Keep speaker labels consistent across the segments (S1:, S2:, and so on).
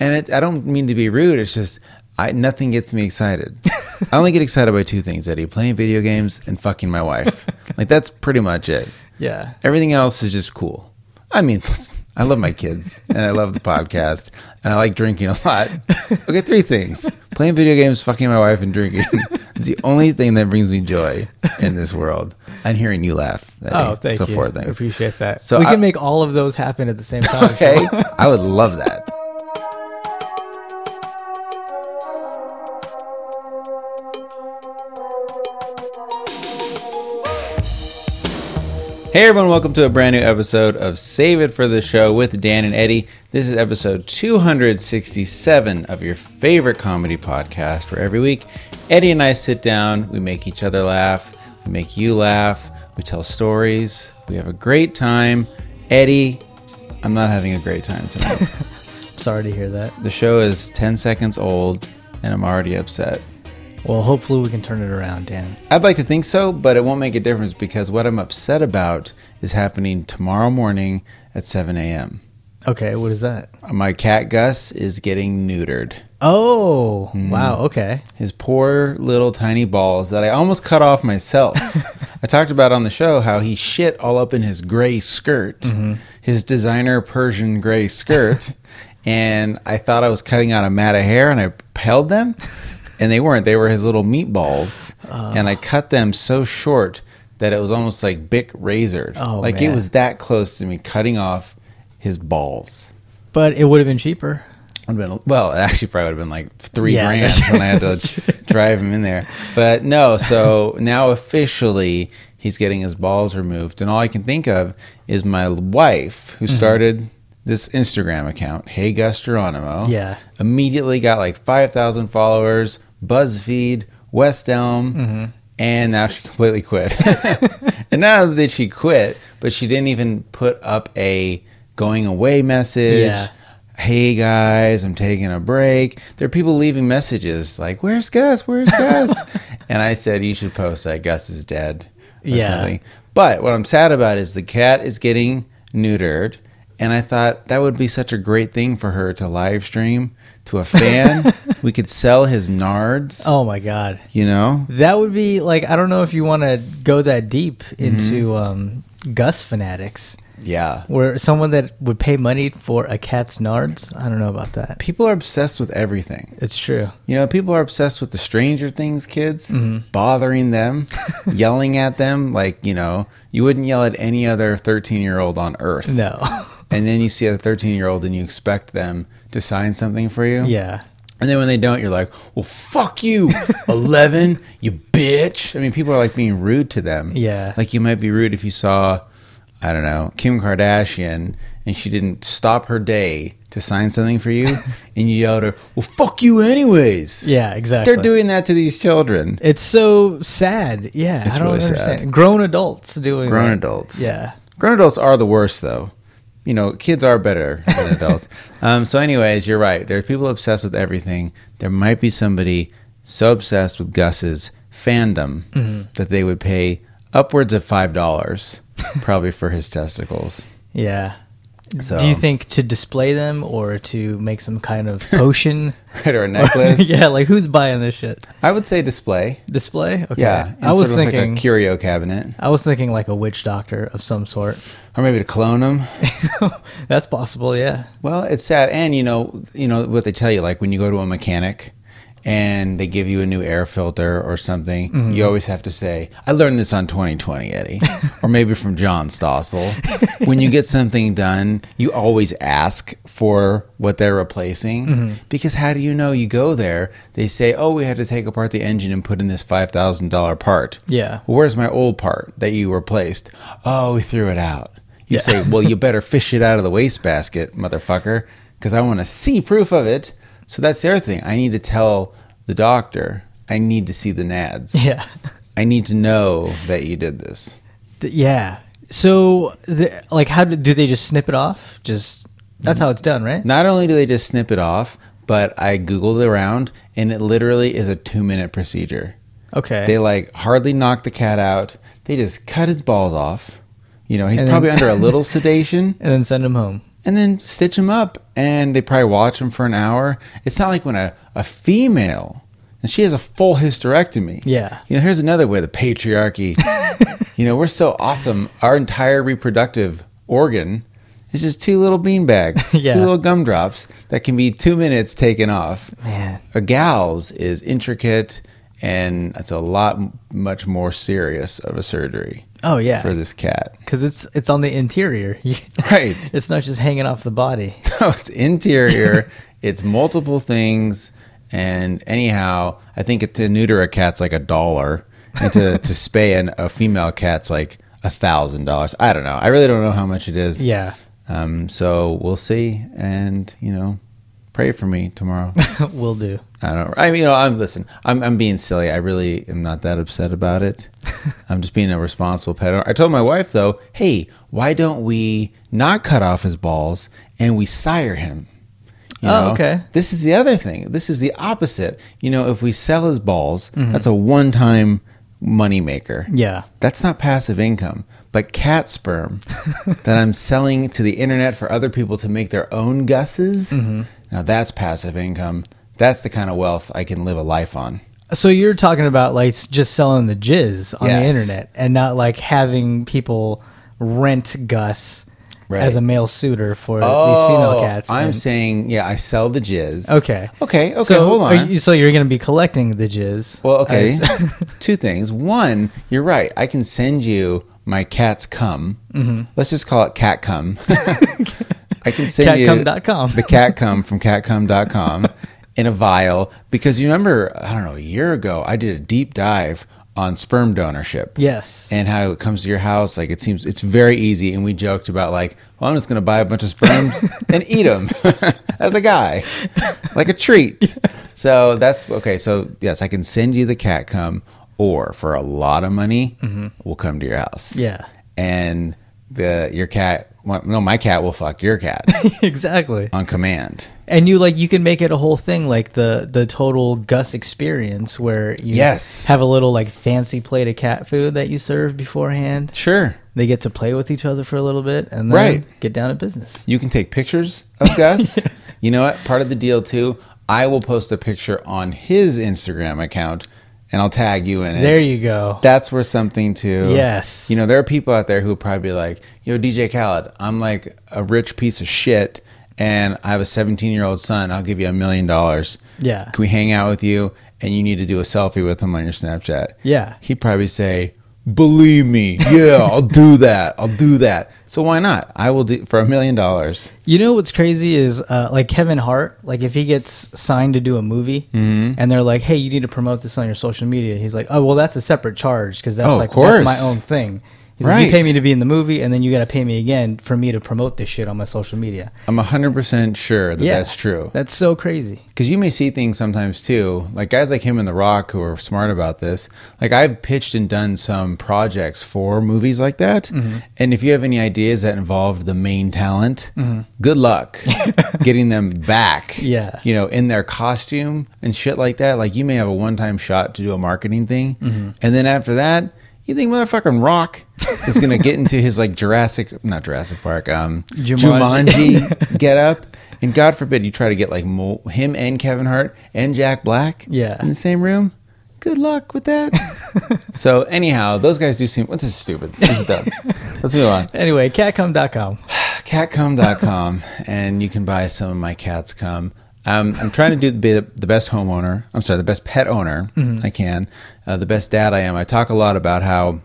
S1: And it, I don't mean to be rude. It's just I nothing gets me excited. I only get excited by two things, Eddie: playing video games and fucking my wife. like that's pretty much it.
S2: Yeah.
S1: Everything else is just cool. I mean, listen, I love my kids and I love the podcast and I like drinking a lot. Okay, three things playing video games, fucking my wife, and drinking. it's the only thing that brings me joy in this world. And hearing you laugh. Eddie.
S2: Oh, thank
S1: so
S2: you.
S1: Four things.
S2: Appreciate that.
S1: So
S2: So we
S1: I-
S2: can make all of those happen at the same time.
S1: okay. I would love that. Hey everyone, welcome to a brand new episode of Save It for the Show with Dan and Eddie. This is episode 267 of your favorite comedy podcast where every week Eddie and I sit down, we make each other laugh, we make you laugh, we tell stories, we have a great time. Eddie, I'm not having a great time tonight.
S2: Sorry to hear that.
S1: the show is 10 seconds old and I'm already upset.
S2: Well, hopefully we can turn it around, Dan.
S1: I'd like to think so, but it won't make a difference because what I'm upset about is happening tomorrow morning at 7 a.m.
S2: Okay, what is that?
S1: My cat Gus is getting neutered.
S2: Oh,
S1: Hmm.
S2: wow. Okay.
S1: His poor little tiny balls that I almost cut off myself. I talked about on the show how he shit all up in his gray skirt,
S2: Mm-hmm.
S1: his designer Persian gray skirt. and I thought I was cutting out a mat of hair and I held them, and they weren't. They were his little meatballs. and I cut them so short that it was almost like Bic razored.
S2: Oh,
S1: like it
S2: man.
S1: was that close to me cutting off his balls.
S2: But it would have been cheaper.
S1: Would have been well. It actually probably would have been like three
S2: Yeah,
S1: grand
S2: that's-
S1: when I had
S2: that's
S1: to drive him in there. But no, so now officially he's getting his balls removed, and all I can think of is my wife
S2: Mm-hmm.
S1: who started this Instagram account, Hey Gus Geronimo.
S2: Yeah.
S1: immediately got like five thousand followers, BuzzFeed, West Elm.
S2: Mm-hmm.
S1: And now she completely quit. and not only did she quit, but she didn't even put up a going away message
S2: Yeah.
S1: hey guys, I'm taking a break. There are people leaving messages like, where's Gus? Where's Gus? and I said, you should post that Gus is dead or
S2: Yeah.
S1: something. But what I'm sad about is the cat is getting neutered. And I thought that would be such a great thing for her to live stream to a fan. we could sell his nards,
S2: Oh my god.
S1: you know?
S2: That would be like I don't know if you want to go that deep
S1: Hmm.
S2: into um, Gus fanatics,
S1: Yeah.
S2: where someone that would pay money for a cat's nards. I don't know about that.
S1: People are obsessed with everything.
S2: It's true.
S1: You know, people are obsessed with the Stranger Things kids,
S2: Mm-hmm.
S1: bothering them, yelling at them. Like, you know, you wouldn't yell at any other 13 year old on earth.
S2: No.
S1: And then you see a 13 year old and you expect them to sign something for you.
S2: yeah.
S1: And then when they don't, you're like, well, fuck you, 11, you bitch. I mean, people are like being rude to them.
S2: Yeah.
S1: Like, you might be rude if you saw, I don't know, Kim Kardashian and she didn't stop her day to sign something for you and you yelled at her, well, fuck you, anyways.
S2: Yeah. Exactly.
S1: They're doing that to these children.
S2: It's so sad. Yeah,
S1: It's
S2: I don't
S1: really sad.
S2: understand. Grown adults doing
S1: Grown
S2: that.
S1: adults.
S2: Yeah.
S1: Grown adults are the worst, though. You know, kids are better than adults. um, so, anyways, you're right. There are people obsessed with everything. There might be somebody so obsessed with Gus's fandom
S2: Mm-hmm.
S1: that they would pay upwards of five dollars, probably for his testicles.
S2: Yeah.
S1: So,
S2: Do you think to display them or to make some kind of potion?
S1: right, or a necklace?
S2: yeah, like who's buying this shit?
S1: I would say display.
S2: Display? Okay.
S1: Yeah, in
S2: I was
S1: sort of
S2: thinking
S1: like a curio cabinet,
S2: I was thinking like a witch doctor of some sort.
S1: or maybe to clone them.
S2: That's possible, yeah.
S1: Well, it's sad, and you know, you know what they tell you. Like when you go to a mechanic, and they give you a new air filter or something, you always have to say, "I learned this on 2020, Eddie," or maybe from John Stossel. when you get something done, you always ask for what they're replacing because how do you know? You go there, they say, "Oh, we had to take apart the engine and put in this five thousand dollar part."
S2: Yeah.
S1: Well, where's my old part that you replaced? Oh, we threw it out. You say, well, you better fish it out of the wastebasket, motherfucker, because I want to see proof of it. So that's the other thing. I need to tell the doctor, I need to see the NADS.
S2: Yeah.
S1: I need to know that you did this.
S2: Th- yeah. So the, like how do, do they just snip it off? Just that's
S1: Mm.
S2: how it's done, right?
S1: Not only do they just snip it off, but I Googled around and it literally is a two minute procedure.
S2: Okay.
S1: They like hardly knock the cat out, they just cut his balls off. You know, he's
S2: And then-
S1: probably under a little sedation.
S2: and then send them home.
S1: and then stitch them up. And they probably watch them for an hour. It's not like when a, a female and she has a full hysterectomy.
S2: Yeah.
S1: You know, here's another way the patriarchy, you know, we're so awesome. Our entire reproductive organ is just two little bean bags,
S2: Yeah.
S1: two little gumdrops that can be two minutes taken off.
S2: Man.
S1: A gal's is intricate and it's a lot m- much more serious of a surgery
S2: Oh yeah,
S1: for this cat.
S2: because it's it's on the interior.
S1: Right.
S2: it's not just hanging off the body.
S1: No, it's interior. it's multiple things. And anyhow, I think it- to neuter a cat's like a dollar, and to, to spay an, a female cat's like a thousand dollars. I don't know. I really don't know how much it is.
S2: Yeah.
S1: Um. So we'll see, and you know, pray for me tomorrow.
S2: Will do.
S1: I don't. I mean, you know, I'm listen. I'm I'm being silly. I really am not that upset about it. I'm just being a responsible pet. owner. I told my wife though, hey, why don't we not cut off his balls and we sire him? You
S2: Oh, okay.
S1: This is the other thing. This is the opposite. You know, if we sell his balls,
S2: Mm-hmm.
S1: that's a one-time moneymaker.
S2: Yeah.
S1: That's not passive income, but cat sperm that I'm selling to the internet for other people to make their own gusses. Now that's passive income. That's the kind of wealth I can live a life on.
S2: So you're talking about like s- just selling the jizz on
S1: Yes.
S2: the internet and not like having people rent Gus
S1: Right.
S2: as a male suitor for these female cats.
S1: Oh, I'm
S2: and-
S1: saying, yeah, I sell the jizz.
S2: okay.
S1: Okay. Okay.
S2: So
S1: hold
S2: are
S1: on.
S2: you- so you're going to be collecting the jizz.
S1: well, okay.
S2: I s-
S1: Two things. One, you're right. I can send you my cat's cum. Let's just call it cat cum. I can send you
S2: Catcum.com.
S1: the cat cum from catcum.com in a vial because you remember, I don't know, a year ago, I did a deep dive on sperm donorship
S2: yes.
S1: and how it comes to your house. Like it seems it's very easy. And we joked about like, well, I'm just going to buy a bunch of sperms and eat them as a guy, like a treat. So that's okay. So yes, I can send you the cat cum, or for a lot of money, we'll come to your house.
S2: Yeah.
S1: and the your cat. well, No, my cat will fuck your cat
S2: exactly.
S1: on command.
S2: And you like you can make it a whole thing like the the total Gus experience where you
S1: Yes.
S2: have a little like fancy plate of cat food that you serve beforehand.
S1: Sure.
S2: They get to play with each other for a little bit and then
S1: Right.
S2: get down to business.
S1: You can take pictures of Gus. You know what? Part of the deal too. I will post a picture on his Instagram account, and I'll tag you in it.
S2: There you go.
S1: That's worth something too.
S2: Yes.
S1: You know, there are people out there who probably be like, "Yo, DJ Khaled, I'm like a rich piece of shit, and I have a 17 year old son. I'll give you a million dollars.
S2: Yeah.
S1: Can we hang out with you? And you need to do a selfie with him on your Snapchat.
S2: Yeah.
S1: He'd probably say, "Believe me, yeah, I'll do that. I'll do that. So why not? I will do for a million dollars."
S2: You know what's crazy is uh, like Kevin Hart, like if he gets signed to do a movie
S1: Mm-hmm.
S2: and they're like, "Hey, you need to promote this on your social media." He's like, "Oh, well, that's a separate charge because that's
S1: Oh, of
S2: like that's my
S1: course.
S2: own thing." He's like, "You
S1: Right.
S2: pay me to be in the movie, and then you got to pay me again for me to promote this shit on my social media."
S1: I'm 100% sure that
S2: Yeah,
S1: that's true.
S2: That's so crazy.
S1: Because you may see things sometimes too, like guys like him and The Rock who are smart about this. Like I've pitched and done some projects for movies like that.
S2: Mm-hmm.
S1: And if you have any ideas that involved the main talent, good luck getting them back.
S2: Mm-hmm. Yeah.
S1: You know, in their costume and shit like that. Like you may have a one time shot to do a marketing thing.
S2: Mm-hmm.
S1: And then after that, you think motherfucking Rock is gonna get into his like Jurassic, not Jurassic Park, um,
S2: Jumanji.
S1: Jumanji get up, and God forbid you try to get like mo- him and Kevin Hart and Jack Black,
S2: Yeah.
S1: in the same room. Good luck with that. so anyhow, those guys do seem. Well, this is stupid. This is dumb. Let's move on.
S2: Anyway, catcom.com.
S1: Catcum.com, and you can buy some of my cat's cum. Um, I'm trying to do be the, the best homeowner. I'm sorry, the best pet owner I can. Uh, the best dad I am. I talk a lot about how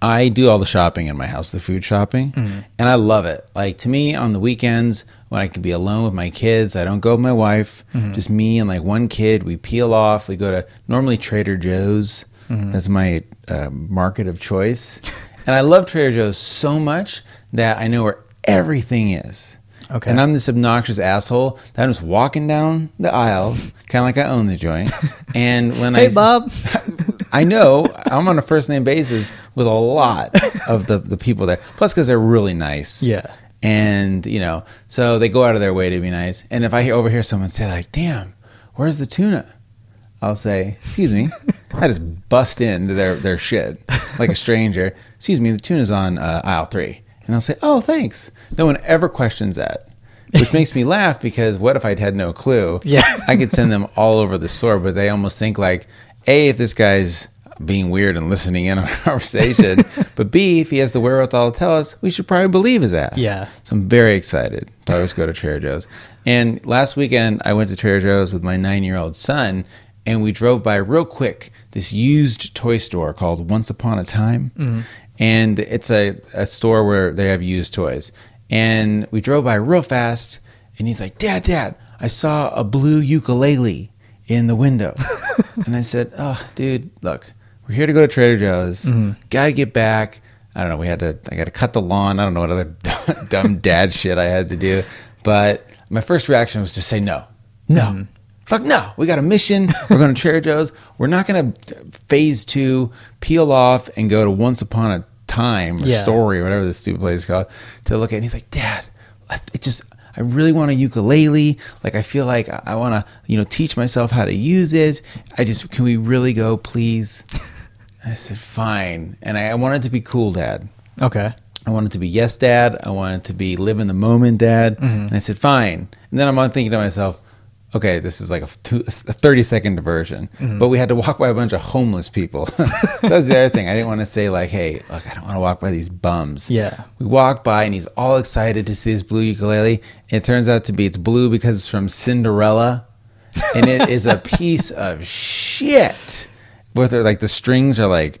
S1: I do all the shopping in my house, the food shopping,
S2: Mm.
S1: and I love it. Like to me, on the weekends when I can be alone with my kids, I don't go with my wife.
S2: Mm-hmm.
S1: Just me and like one kid. We peel off. We go to normally Trader Joe's.
S2: Mm-hmm.
S1: That's my uh, market of choice, and I love Trader Joe's so much that I know where everything is.
S2: Okay.
S1: And I'm this obnoxious asshole that I'm just walking down the aisle, kind of like I own the joint. And when I
S2: Hey, Bob.
S1: I know I'm on a first name basis with a lot of the, the people there. Plus, because they're really nice.
S2: Yeah.
S1: And, you know, so they go out of their way to be nice. And if I hear, overhear someone say, like, damn, where's the tuna? I'll say, excuse me. I just bust into their, their shit like a stranger. Excuse me, the tuna's on uh, aisle three. and I'll say, "Oh, thanks." No one ever questions that, which makes me laugh because what if I'd had no clue?
S2: Yeah.
S1: I could send them all over the store, but they almost think like, a, if this guy's being weird and listening in on our conversation, but b, if he has the wherewithal to tell us, we should probably believe his ass.
S2: Yeah.
S1: So I'm very excited to always go to Trader Joe's. And last weekend, I went to Trader Joe's with my nine year old son, and we drove by real quick this used toy store called Once Upon a Time. And it's a, a store where they have used toys. And we drove by real fast, and he's like, Dad, Dad, I saw a blue ukulele in the window. and I said, Oh, dude, look, we're here to go to Trader Joe's. Gotta get back. I don't know. We had to. I got to cut the lawn. I don't know what other dumb dad shit I had to do. But my first reaction was to say no, no, fuck no. We got a mission. We're going to Trader Joe's. We're not going to phase two peel off and go to Once Upon a Time or
S2: Yeah.
S1: Story or whatever this stupid place is called to look at. And he's like, Dad, I- it just. I really want a ukulele. Like I feel like I, I want to, you know, teach myself how to use it. I just can we really go, please? I said, fine. And I, I wanted to be cool, dad.
S2: Okay.
S1: I wanted to be yes, dad. I wanted to be live in the moment, dad.
S2: Mm-hmm.
S1: And I said, fine. And then I'm on thinking to myself, okay, this is like a, f- two, a 30 second diversion.
S2: Mm-hmm.
S1: But we had to walk by a bunch of homeless people. that was the other thing. I didn't want to say, like, hey, look, I don't want to walk by these bums.
S2: Yeah.
S1: We walk by and he's all excited to see this blue ukulele. It turns out to be it's blue because it's from Cinderella. And it is a piece of shit. With it, like the strings are like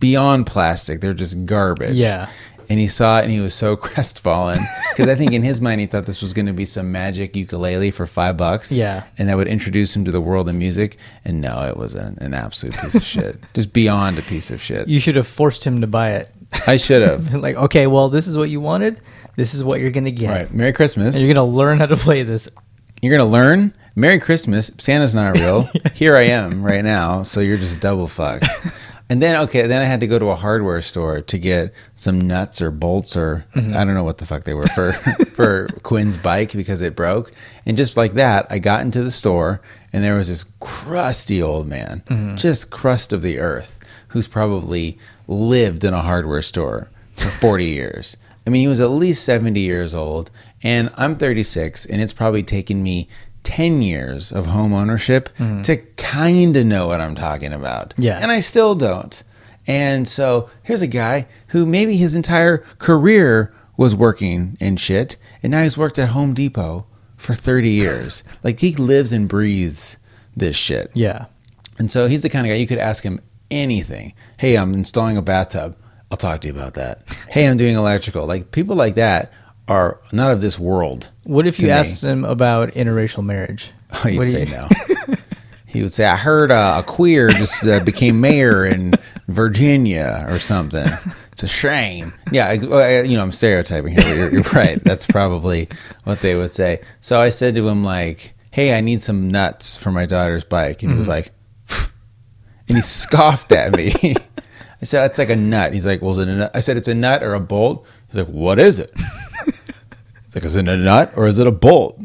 S1: beyond plastic. They're just garbage.
S2: Yeah.
S1: And he saw it and he was so crestfallen because I think in his mind he thought this was going to be some magic ukulele for five bucks.
S2: Yeah.
S1: And that would introduce him to the world of music. And no, it was an, an absolute piece of shit. Just beyond a piece of shit.
S2: You should have forced him to buy it.
S1: I should have.
S2: like, okay, well, this is what you wanted. This is what you're gonna get.
S1: All right. Merry Christmas.
S2: And you're gonna learn how to play this.
S1: you're gonna learn merry christmas santa's not real here i am right now so you're just double fucked and then okay then i had to go to a hardware store to get some nuts or bolts or i don't know what the fuck they were for for quinn's bike because it broke and just like that i got into the store and there was this crusty old man just crust of the earth who's probably lived in a hardware store for 40 years I mean, he was at least 70 years old, and I'm 36, and it's probably taken me 10 years of home ownership to kind of know what I'm talking about.
S2: Yeah.
S1: And I still don't. And so here's a guy who maybe his entire career was working and shit, and now he's worked at Home Depot for 30 years. like, he lives and breathes this shit.
S2: Yeah.
S1: And so he's the kind of guy you could ask him anything. Hey, I'm installing a bathtub. I'll talk to you about that. Hey, I'm doing electrical. Like people like that are not of this world.
S2: What if
S1: To
S2: you
S1: me.
S2: asked him about interracial marriage?
S1: Oh, he'd
S2: What do
S1: say
S2: you-
S1: no. he would say, "I heard uh, a queer just uh, became mayor in Virginia or something. It's a shame." Yeah, I, well, I- you know, I'm stereotyping here. But you're, you're right. That's probably what they would say. So I said to him, like, "Hey, I need some nuts for my daughter's bike," and he
S2: Mm.
S1: was like, and he scoffed at me. I said, "That's like a nut." He's like, "Well, is it a nut?" I said, "It's a nut or a bolt." He's like, "What is it?" It's like, is it a nut or is it a bolt?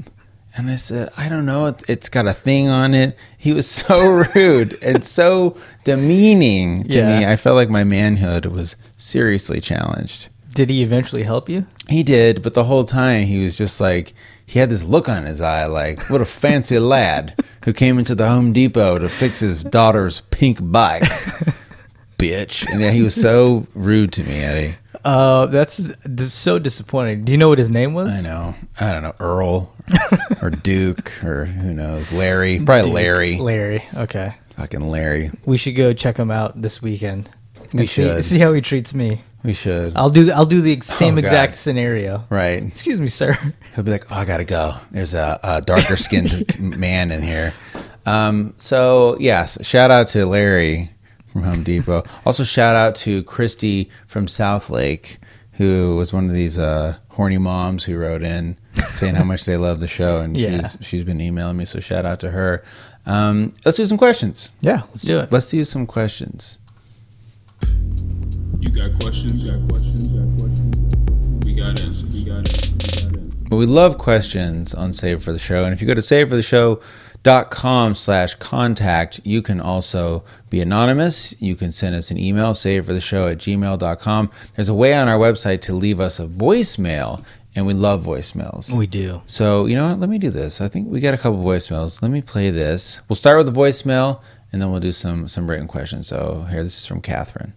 S1: And I said, I don't know. It, it's got a thing on it. He was so rude and so demeaning to
S2: Yeah.
S1: me. I felt like my manhood was seriously challenged.
S2: Did he eventually help you?
S1: He did, but the whole time he was just like, he had this look on his eye, like, what a fancy lad who came into the Home Depot to fix his daughter's pink bike, bitch. And yeah, he was so rude to me, Eddie.
S2: Uh, that's d- so disappointing. Do you know what his name was?
S1: I know. I don't know. Earl or Duke or who knows. Larry. Probably Larry.
S2: Larry. Okay.
S1: Fucking Larry.
S2: We should go check him out this weekend.
S1: We
S2: and see,
S1: should.
S2: see how he treats me.
S1: We should.
S2: I'll do I'll do the ex- same
S1: God.
S2: exact scenario.
S1: Right.
S2: Excuse me, sir.
S1: He'll be like, oh, I got to go. There's a, a darker skinned man in here. Um, so, yes, shout out to Larry from Home Depot. also, shout out to Christy from Southlake, who was one of these uh, horny moms who wrote in saying how much they love the show. And
S2: Yeah.
S1: she's, she's been emailing me. So, shout out to her. Um, let's do some questions.
S2: Yeah, let's do it.
S1: Let's do some questions.
S3: You got questions? You got questions? You got questions? We got answers. We got answers. We got answers.
S1: But we love questions on Save for the Show. And if you go to savefortheshow.com slash contact, you can also be anonymous. You can send us an email, savefortheshow at gmail.com. There's a way on our website to leave us a voicemail, and we love voicemails.
S2: We do.
S1: So, you know what? Let me do this. I think we got a couple voicemails. Let me play this. We'll start with the voicemail, and then we'll do some, some written questions. So, here, this is from Catherine.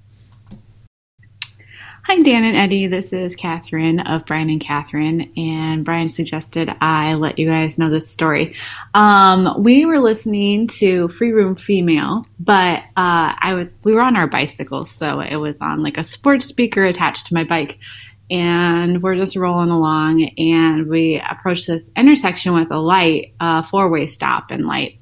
S3: Hi, Dan and Eddie. This is Catherine of Brian and Catherine, and Brian suggested I let you guys know this story. Um, we were listening to Free Room Female, but uh, I was we were on our bicycles, so it was on like a sports speaker attached to my bike, and we're just rolling along, and we approached this intersection with a light, a four way stop and light,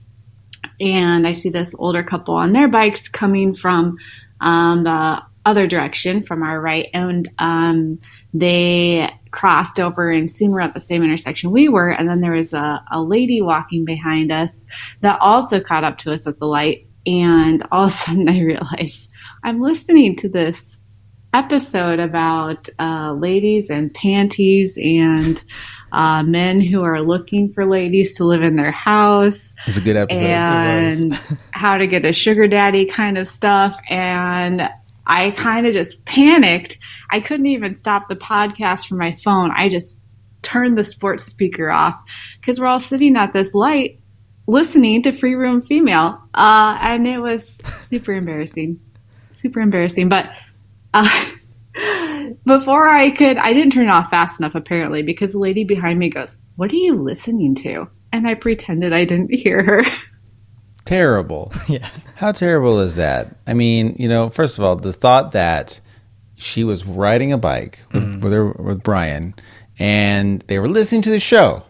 S3: and I see this older couple on their bikes coming from um, the other direction from our right, and um, they crossed over and soon were at the same intersection we were. And then there was a, a lady walking behind us that also caught up to us at the light. And all of a sudden, I realized I'm listening to this episode about uh, ladies and panties and uh, men who are looking for ladies to live in their house
S1: It's a good episode.
S3: and how to get a sugar daddy kind of stuff. And I kind of just panicked. I couldn't even stop the podcast from my phone. I just turned the sports speaker off because we're all sitting at this light listening to Free Room Female. Uh, and it was super embarrassing. Super embarrassing. But uh, before I could, I didn't turn it off fast enough apparently because the lady behind me goes, What are you listening to? And I pretended I didn't hear her.
S1: Terrible.
S2: Yeah.
S1: How terrible is that? I mean, you know, first of all, the thought that she was riding a bike with
S2: Mm.
S1: with, her, with Brian, and they were listening to the show,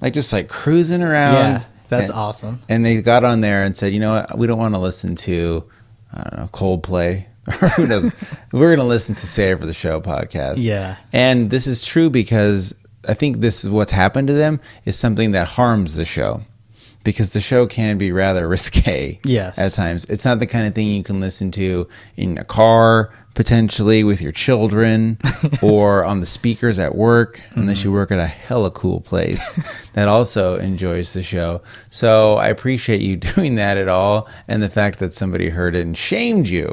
S1: like just like cruising around.
S2: Yeah. That's
S1: and,
S2: awesome.
S1: And they got on there and said, you know what? We don't want to listen to, I don't know, Coldplay. or Who knows? We're going to listen to Save for the Show podcast.
S2: Yeah.
S1: And this is true because I think this is what's happened to them is something that harms the show because the show can be rather risque
S2: Yes.
S1: at times. It's not the kind of thing you can listen to in a car, potentially with your children or on the speakers at work, unless you work at a hella cool place that also enjoys the show. So I appreciate you doing that at all and the fact that somebody heard it and shamed you.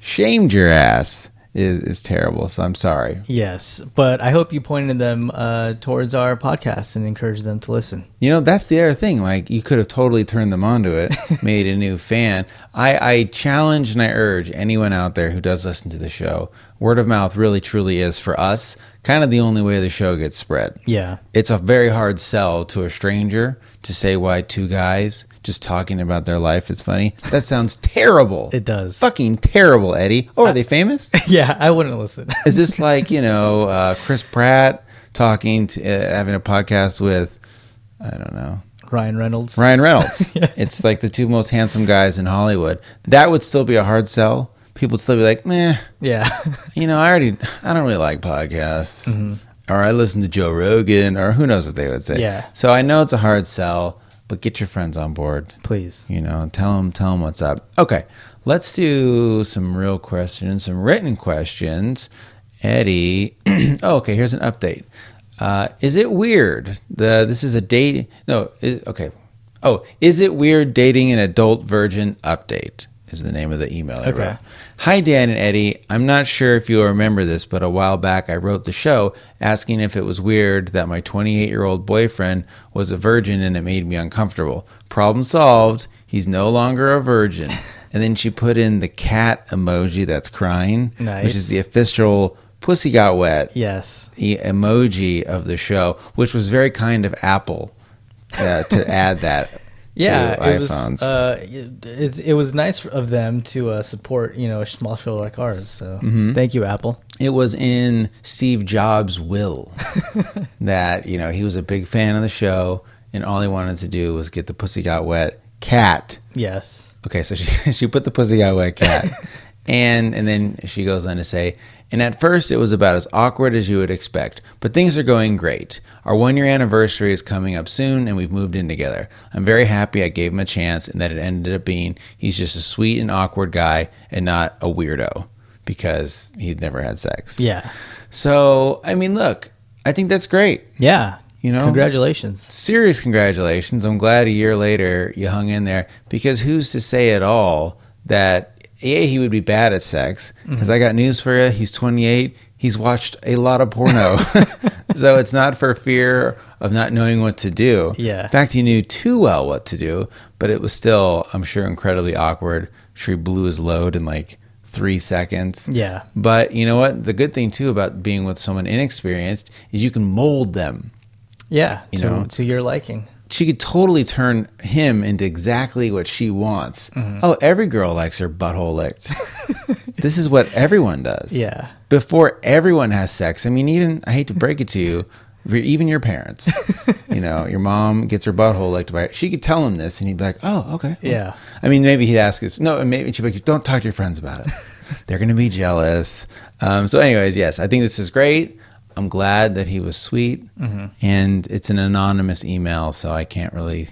S1: shamed your ass. Is, is terrible, so I'm sorry.
S2: Yes. But I hope you pointed them uh, towards our podcast and encouraged them to listen.
S1: You know, that's the other thing. Like, you could have totally turned them onto it, made a new fan. I, I challenge and I urge anyone out there who does listen to the show, word of mouth really, truly is for us kind of the only way the show gets spread.
S2: Yeah.
S1: It's a very hard sell to a stranger to say why two guys just talking about their life is funny. That sounds terrible.
S2: It does.
S1: Fucking terrible, Eddie. Oh, are they famous?
S2: Yeah. I wouldn't listen.
S1: Is this like you know uh, Chris Pratt talking to uh, having a podcast with I don't know
S2: Ryan Reynolds.
S1: Ryan Reynolds? It's like the two most handsome guys in Hollywood. That would still be a hard sell. People would still be like, meh,
S2: Yeah.
S1: you know, I already I don't really like podcasts, or I listen to Joe Rogan, or who knows what they would say.
S2: Yeah.
S1: So I know it's a hard sell, but get your friends on board.
S2: Please.
S1: You know, tell them, tell them what's up. Okay, let's do some real questions, some written questions. Eddie, oh, okay, here's an update. Uh, is it weird? The this is a date. No, is, okay. Oh, is it weird dating an adult virgin? Update is the name of the email. I
S2: Okay.
S1: wrote. Hi, Dan and Eddie. I'm not sure if you'll remember this, but a while back I wrote the show asking if it was weird that my 28 year old boyfriend was a virgin and it made me uncomfortable. Problem solved. He's no longer a virgin. And then she put in the cat emoji that's crying, which
S2: Nice.
S1: is the official pussy got wet
S2: Yes.
S1: e- emoji of the show, which was very kind of Apple uh, to add that
S2: Yeah.
S1: to
S2: it
S1: iPhones.
S2: was. Uh, it, it's, it was nice of them to uh, support you know a small show like ours. So thank you, Apple.
S1: it was in Steve Jobs' will that you know he was a big fan of the show, and all he wanted to do was get the pussy got wet cat.
S2: Yes.
S1: Okay, so she she put the pussy out wet cat, and and then she goes on to say, and at first it was about as awkward as you would expect, but things are going great. Our one year anniversary is coming up soon, and we've moved in together. I'm very happy I gave him a chance, and that it ended up being he's just a sweet and awkward guy, and not a weirdo because he'd never had sex.
S2: Yeah.
S1: So, I mean, look, I think that's great.
S2: Yeah.
S1: You know,
S2: Congratulations.
S1: serious congratulations. I'm glad a year later you hung in there because who's to say at all that yeah he would be bad at sex because I got news for you. He's 28. He's watched a lot of porno, so it's not for fear of not knowing what to do.
S2: Yeah.
S1: In fact, he knew too well what to do, but it was still, I'm sure, incredibly awkward. I'm sure, he blew his load in like three seconds.
S2: Yeah.
S1: But you know what? The good thing too about being with someone inexperienced is you can mold them
S2: Yeah.
S1: You
S2: to,
S1: know.
S2: to your liking.
S1: she could totally turn him into exactly what she wants. Oh, every girl likes her butthole licked. this is what everyone does.
S2: Yeah.
S1: Before everyone has sex. I mean, even, I hate to break it to you, re- even your parents. you know, your mom gets her butthole licked by, she could tell him this and he'd be like, oh, okay.
S2: Yeah.
S1: I mean, maybe he'd ask us, no, and maybe she'd be like, don't talk to your friends about it. They're going to be jealous. Um, so, anyways, yes, I think this is great. I'm glad that he was sweet.
S2: Mm-hmm.
S1: And it's an anonymous email, so I can't really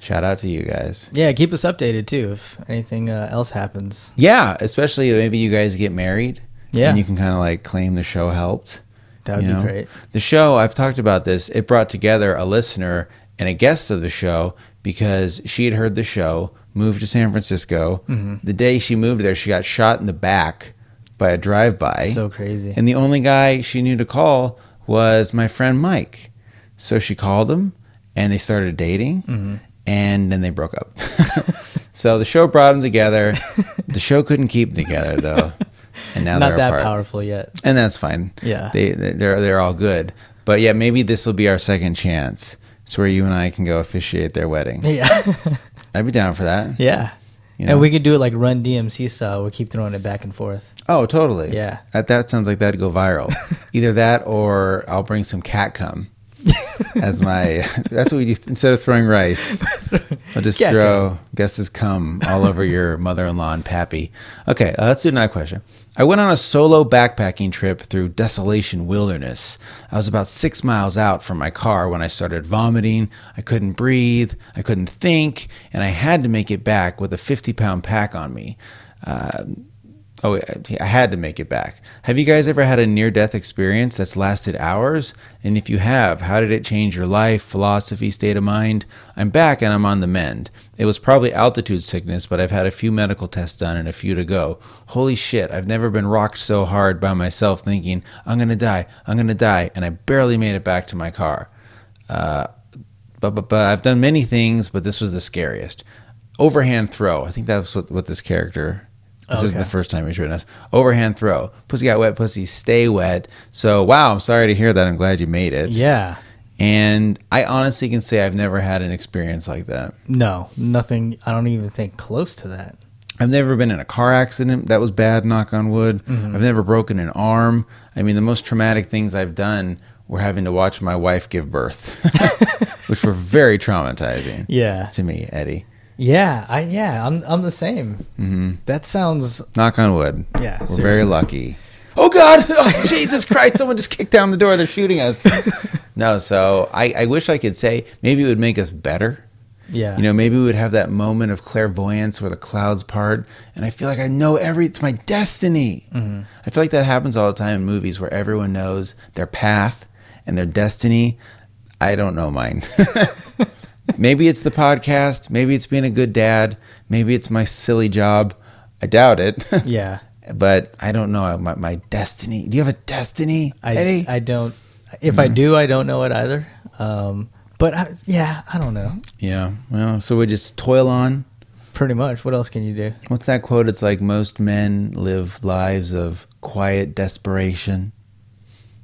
S1: shout out to you guys.
S2: Yeah. Keep us updated too if anything uh, else happens.
S1: Yeah, especially maybe you guys get married.
S2: Yeah.
S1: And you can kind of like claim the show helped.
S2: That would
S1: you
S2: be
S1: know?
S2: great.
S1: The show, I've talked about this, it brought together a listener and a guest of the show because she had heard the show, moved to San Francisco.
S2: Mm-hmm.
S1: The day she moved there, she got shot in the back by a drive by.
S2: So crazy.
S1: and the only guy she knew to call was my friend Mike. So she called him and they started dating
S2: Mm-hmm.
S1: and then they broke up. so the show brought them together. the show couldn't keep them together though. And now
S2: Not
S1: they're
S2: that
S1: apart
S2: powerful yet.
S1: and that's fine.
S2: Yeah.
S1: they they're they're all good. But yeah, maybe this will be our second chance. It's where you and I can go officiate their wedding.
S2: Yeah.
S1: I'd be down for that.
S2: yeah.
S1: You know?
S2: And we could do it like run DMC style. We'll keep throwing it back and forth.
S1: Oh, totally.
S2: Yeah.
S1: That, that sounds like that'd go viral. Either that or I'll bring some cat cum as my. That's what we do instead of throwing rice. I'll just
S2: Cat
S1: throw guesses cum all over your mother-in-law and pappy. Okay, uh, let's do another question. I went on a solo backpacking trip through desolation wilderness. I was about six miles out from my car when I started vomiting. I couldn't breathe. I couldn't think, and I had to make it back with a fifty-pound pack on me. Oh, I- I had to make it back. Have you guys ever had a near death experience that's lasted hours? And if you have, how did it change your life, philosophy, state of mind? I'm back and I'm on the mend. It was probably altitude sickness, but I've had a few medical tests done and a few to go. Holy shit, I've never been rocked so hard by myself thinking, I'm gonna die, I'm gonna die, and I barely made it back to my car Uh, but, but, but I've done many things, but this was the scariest. Overhand throw. I think that's what, what this character. This isn't
S2: Okay.
S1: the first time he's written us. Overhand throw. Pussy got wet. Pussy stay wet. So wow, I'm sorry to hear that. I'm glad you made it.
S2: Yeah.
S1: And I honestly can say I've never had an experience like that.
S2: No, nothing. I don't even think close to that.
S1: I've never been in a car accident. That was bad, knock on wood.
S2: Mm-hmm.
S1: I've never broken an arm. I mean, the most traumatic things I've done were having to watch my wife give birth, which were very traumatizing
S2: Yeah.
S1: to me, Eddie.
S2: Yeah. I, yeah. I'm, I'm the same. Mm-hmm. That sounds,
S1: Knock on wood.
S2: Yeah,
S1: We're
S2: seriously.
S1: very lucky. Oh, God. Oh, Jesus Christ. Someone just kicked down the door. They're shooting us. no, so I, I wish I could say maybe it would make us better.
S2: yeah.
S1: You know, maybe we would have that moment of clairvoyance where the clouds part, and I feel like I know every. It's my destiny. I feel like that happens all the time in movies where everyone knows their path and their destiny. I don't know mine. maybe it's the podcast. Maybe it's being a good dad. Maybe it's my silly job. I doubt it.
S2: yeah.
S1: but I don't know my, my destiny. Do you have a destiny,
S2: I,
S1: Eddie? Mm-hmm.
S2: I don't, if I do, I don't know it either. Um, but I, yeah, I don't know.
S1: yeah. Well, so we just toil on.
S2: Pretty much. What else can you do?
S1: What's that quote? It's like most men live lives of quiet desperation.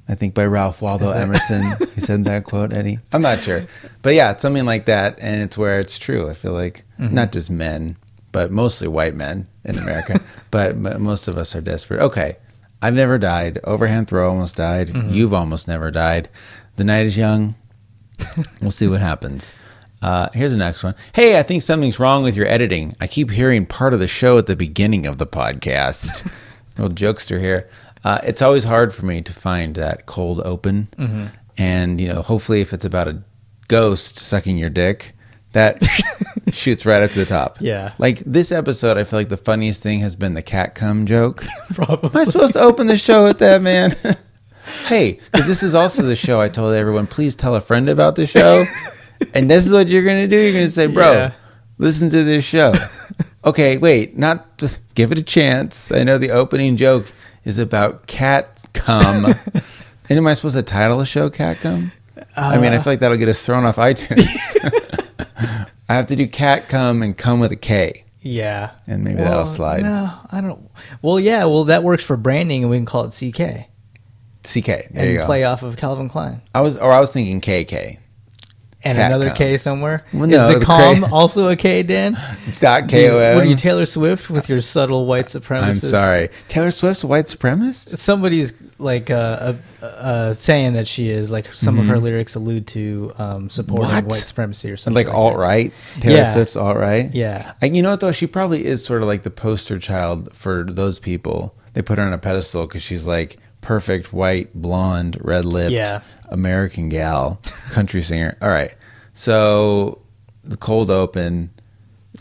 S1: I think by Ralph Waldo Emerson. he said that quote, Eddie. I'm not sure. But yeah, it's something like that. And it's where it's true. I feel like
S2: Mm-hmm.
S1: not just men, but mostly white men in America, but m- most of us are desperate. Okay. I've never died. Overhand throw almost died. You've almost never died. The night is young. We'll see what happens. Uh, here's the next one. Hey, I think something's wrong with your editing. I keep hearing part of the show at the beginning of the podcast. Little jokester here. Uh, it's always hard for me to find that cold open. And, you know, hopefully if it's about a ghost sucking your dick, that shoots right up to the top.
S2: Yeah.
S1: Like this episode, I feel like the funniest thing has been the cat cum joke.
S2: Probably.
S1: Am I supposed to open the show with that, man? hey, 'cause this is also the show I told everyone, please tell a friend about the show. and this is what you're going to do. You're going to say, bro,
S2: Yeah.
S1: listen to this show. okay, wait, not just give it a chance. I know the opening joke is about cat cum. and am I supposed to title the show cat cum? I
S2: Uh.
S1: mean, I feel like that'll get us thrown off iTunes. I have to do cat cum and cum with a K.
S2: Yeah.
S1: And maybe that'll slide.
S2: No, I don't. Well, yeah. Well, that works for branding, and we can call it CK and
S1: CK. There you go.
S2: play off of Calvin Klein.
S1: I was, or I was thinking KK.
S2: And
S1: Cat
S2: another
S1: com.
S2: K somewhere.
S1: Well,
S2: Is
S1: no,
S2: the
S1: the
S2: calm
S1: cra-
S2: also a K, Dan?
S1: Dot
S2: Is- What are you,
S1: KOM.
S2: Taylor Swift, with your subtle white supremacist?
S1: I'm sorry. Taylor Swift's a white supremacist?
S2: Somebody's like uh, uh, uh, saying that she is like some of her lyrics allude to um, supporting
S1: Mm-hmm. What?
S2: white supremacy or something
S1: Like
S2: like
S1: alt right? Taylor
S2: Yeah.
S1: Swift's alt right?
S2: Yeah.
S1: And you know what, though? She probably is sort of like the poster child for those people. They put her on a pedestal because she's like perfect white, blonde, red lipped
S2: Yeah.
S1: American gal, country singer. All right. So the cold open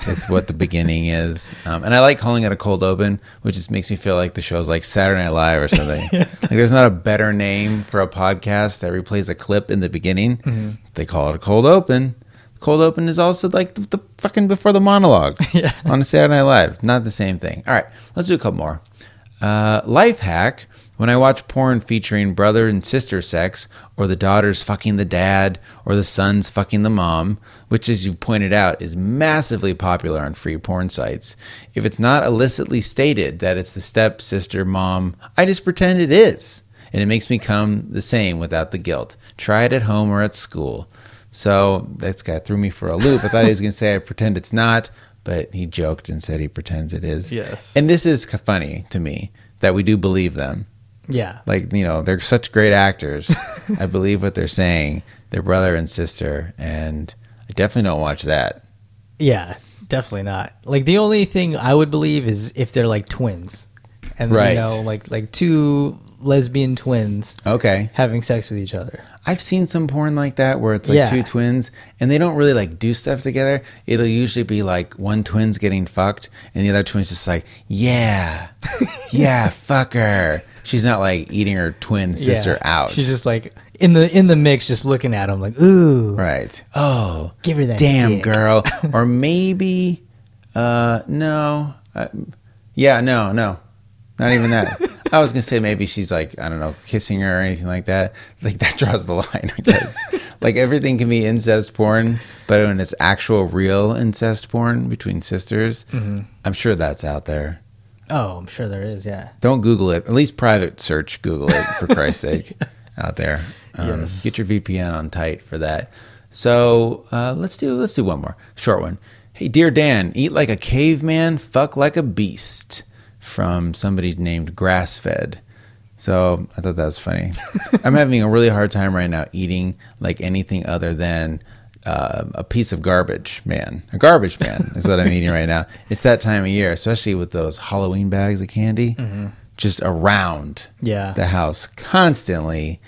S1: is what the beginning is. Um, and I like calling it a cold open, which just makes me feel like the show's like Saturday Night Live or something. Like there's not a better name for a podcast that replays a clip in the beginning. They call it a cold open. Cold open is also like the, the fucking before the monologue
S2: Yeah.
S1: on a Saturday Night Live. Not the same thing. All right, let's do a couple more. Uh, life hack when I watch porn featuring brother and sister sex, or the daughter's fucking the dad, or the son's fucking the mom, which, as you pointed out, is massively popular on free porn sites. If it's not illicitly stated that it's the stepsister, mom, I just pretend it is. And it makes me come the same without the guilt. Try it at home or at school. So that's guy threw me for a loop. I thought he was going to say I pretend it's not, but he joked and said he pretends it is.
S2: Yes.
S1: And this is k- funny to me that we do believe them.
S2: Yeah.
S1: Like, you know, they're such great actors. I believe what they're saying. They're brother and sister, and I definitely don't watch that.
S2: Yeah, definitely not. Like the only thing I would believe is if they're like twins, and
S1: Right.
S2: you know, like like two lesbian twins
S1: Okay.
S2: having sex with each other.
S1: I've seen some porn like that where it's like
S2: Yeah.
S1: two twins and they don't really like do stuff together. It'll usually be like one twin's getting fucked and the other twin's just like, yeah, yeah, fuck her. She's not like eating her twin sister
S2: Yeah.
S1: out.
S2: She's just like in the in the mix, just looking at him like, ooh,
S1: right. Oh,
S2: give her that.
S1: damn
S2: dick."
S1: girl. or maybe, uh, no. Uh, yeah, no, no. Not even that. I was going to say maybe she's like, I don't know, kissing her or anything like that. Like, that draws the line, I guess. like, everything can be incest porn, but when it's actual real incest porn between sisters, I'm sure that's out there.
S2: Oh, I'm sure there is. Yeah.
S1: Don't Google it. At least private search Google it for Christ's sake out there. Um,
S2: Yes.
S1: Get your VPN on tight for that. So uh, let's do let's do one more short one. Hey, dear Dan, eat like a caveman, fuck like a beast. From somebody named Grassfed. So I thought that was funny. I'm having a really hard time right now eating like anything other than uh, a piece of garbage, man. A garbage man is what I'm eating right now. It's that time of year, especially with those Halloween bags of candy just around
S2: Yeah.
S1: the house constantly.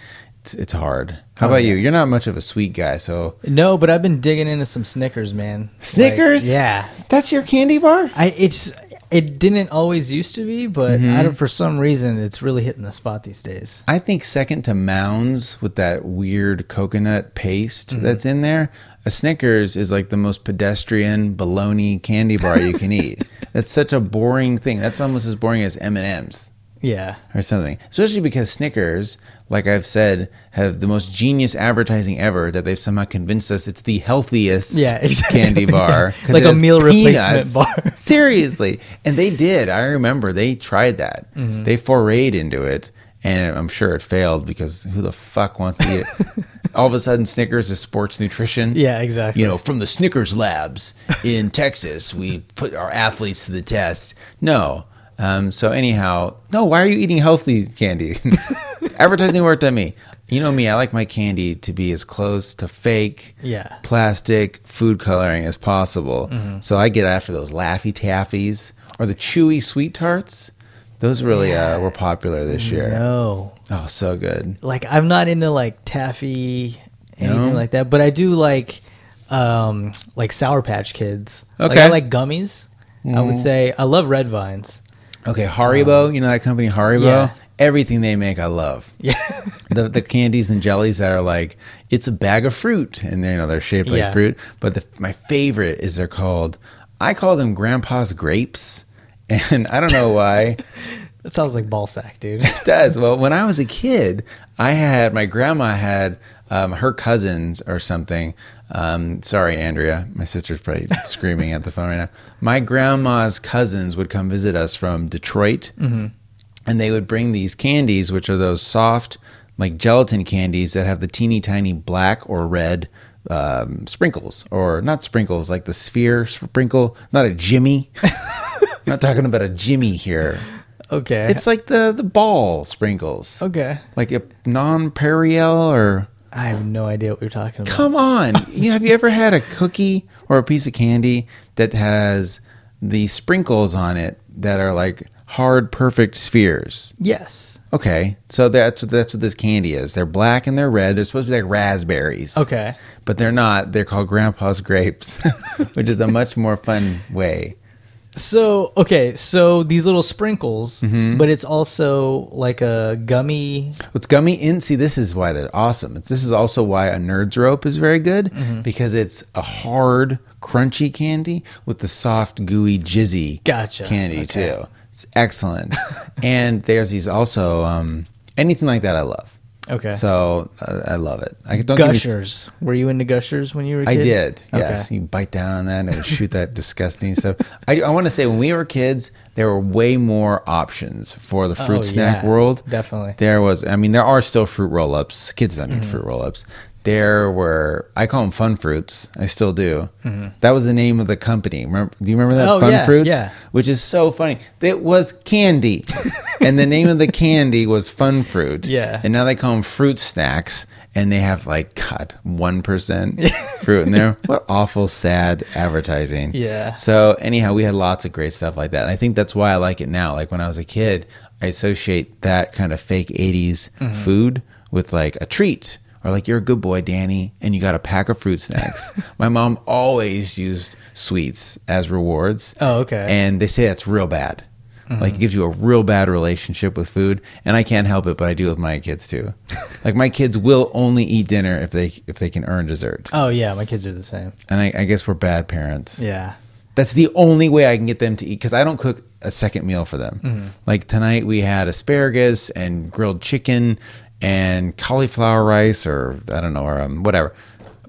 S1: It's, it's hard. How about you? You're not much of a sweet guy, so
S2: No, but I've been digging into some Snickers, man. Like,
S1: Snickers?
S2: yeah.
S1: that's your candy bar.
S2: I it's it didn't always used to be, but
S1: Mm-hmm.
S2: I don't, for some reason it's really hitting the spot these days.
S1: I think second to Mounds with that weird coconut paste that's in there, a Snickers is like the most pedestrian bologna candy bar you can eat. That's such a boring thing. That's almost as boring as M and M's
S2: Yeah.
S1: or something. Especially because Snickers, like I've said, have the most genius advertising ever that they've somehow convinced us it's the healthiest
S2: Yeah, exactly.
S1: candy bar. 'cause
S2: Like
S1: it
S2: a
S1: has
S2: meal replacement bar.
S1: Seriously. And they did. I remember they tried that.
S2: Mm-hmm.
S1: They forayed into it. And I'm sure it failed because who the fuck wants to eat it? All of a sudden, Snickers is sports nutrition
S2: Yeah. Exactly.
S1: you know, from the Snickers labs in Texas, we put our athletes to the test. No. Um, so anyhow, no, why are you eating healthy candy? Advertising worked on me. You know me, I like my candy to be as close to fake,
S2: Yeah. Mm-hmm.
S1: plastic, food coloring as possible. So I get after those Laffy Taffies or the chewy sweet tarts. Those really uh, were popular this year.
S2: No.
S1: Oh, so good.
S2: like I'm not into like taffy anything
S1: No?
S2: like that, but I do like um like Sour Patch Kids. Like,
S1: Okay. Mm.
S2: I like gummies. I would say I love red vines.
S1: Okay, Haribo, you know that company Haribo?
S2: Um, Yeah.
S1: everything they make, I love.
S2: Yeah.
S1: the, the candies and jellies that are like it's a bag of fruit and they you know they're shaped like
S2: Yeah.
S1: fruit but the, my favorite is they're called i call them grandpa's grapes and i don't know why
S2: That sounds like ball sack, dude.
S1: it does well when i was a kid i had my grandma had um, her cousins or something um, sorry andrea my sister's probably screaming at the phone right now my grandma's cousins would come visit us from detroit and they would bring these candies, which are those soft, like gelatin candies that have the teeny tiny black or red um, sprinkles, or not sprinkles, like the sphere sprinkle, not a jimmy. not talking about a jimmy here.
S2: Okay.
S1: It's like the the ball sprinkles,
S2: okay.
S1: like a non periel or.
S2: I have no idea what you're talking about.
S1: Come on, you, have you ever had a cookie or a piece of candy that has the sprinkles on it that are like hard, perfect spheres?
S2: Yes.
S1: Okay, so that's what that's what this candy is. They're black and they're red. They're supposed to be like raspberries.
S2: Okay.
S1: but they're not. They're called Grandpa's grapes, which is a much more fun way.
S2: So okay, so these little sprinkles,
S1: Mm-hmm.
S2: but it's also like a gummy.
S1: What's gummy in? See, this is why they're awesome. It's, this is also why a Nerds Rope is very good
S2: Mm-hmm.
S1: because it's a hard, crunchy candy with the soft, gooey, jizzy
S2: Gotcha.
S1: candy too. It's excellent. and there's these also um, anything like that. I love.
S2: Okay.
S1: So uh, I love it. I don't give me-
S2: gushers. Were you into gushers when you were a
S1: I
S2: kid?
S1: did.
S2: Okay.
S1: Yes, you bite down on that and shoot that disgusting stuff. I, I want to say when we were kids, there were way more options for the fruit
S2: Oh,
S1: snack
S2: yeah,
S1: world.
S2: definitely. Mm-hmm.
S1: there was. I mean, there are still fruit roll ups. Kids don't need fruit roll ups. There were. I call them fun fruits. I still do. That was the name of the company. Remember, do you remember that
S2: Mm-hmm. Oh,
S1: fun
S2: yeah,
S1: fruit?
S2: yeah.
S1: Which is so funny. It was candy, and the name of the candy was fun fruit.
S2: Yeah.
S1: And now they call them fruit snacks, and they have like God one percent fruit in there. What awful, sad advertising.
S2: Yeah.
S1: So anyhow, we had lots of great stuff like that. And I think that's why I like it now. Like when I was a kid, I associate that kind of fake '80s food with like a treat. Or like you're a good boy, Danny, and you got a pack of fruit snacks. My mom always used sweets as rewards.
S2: Oh, okay.
S1: And they say that's real bad. Like it gives you a real bad relationship with food, and I can't help it, but I do with my kids too. like my kids will only eat dinner if they if they can earn dessert,
S2: oh yeah, my kids are the same.
S1: and I, I guess we're bad parents.
S2: Yeah.
S1: That's the only way I can get them to eat because I don't cook a second meal for them.
S2: Mm-hmm.
S1: Like tonight, we had asparagus and grilled chicken and cauliflower rice, or I don't know, or um, whatever.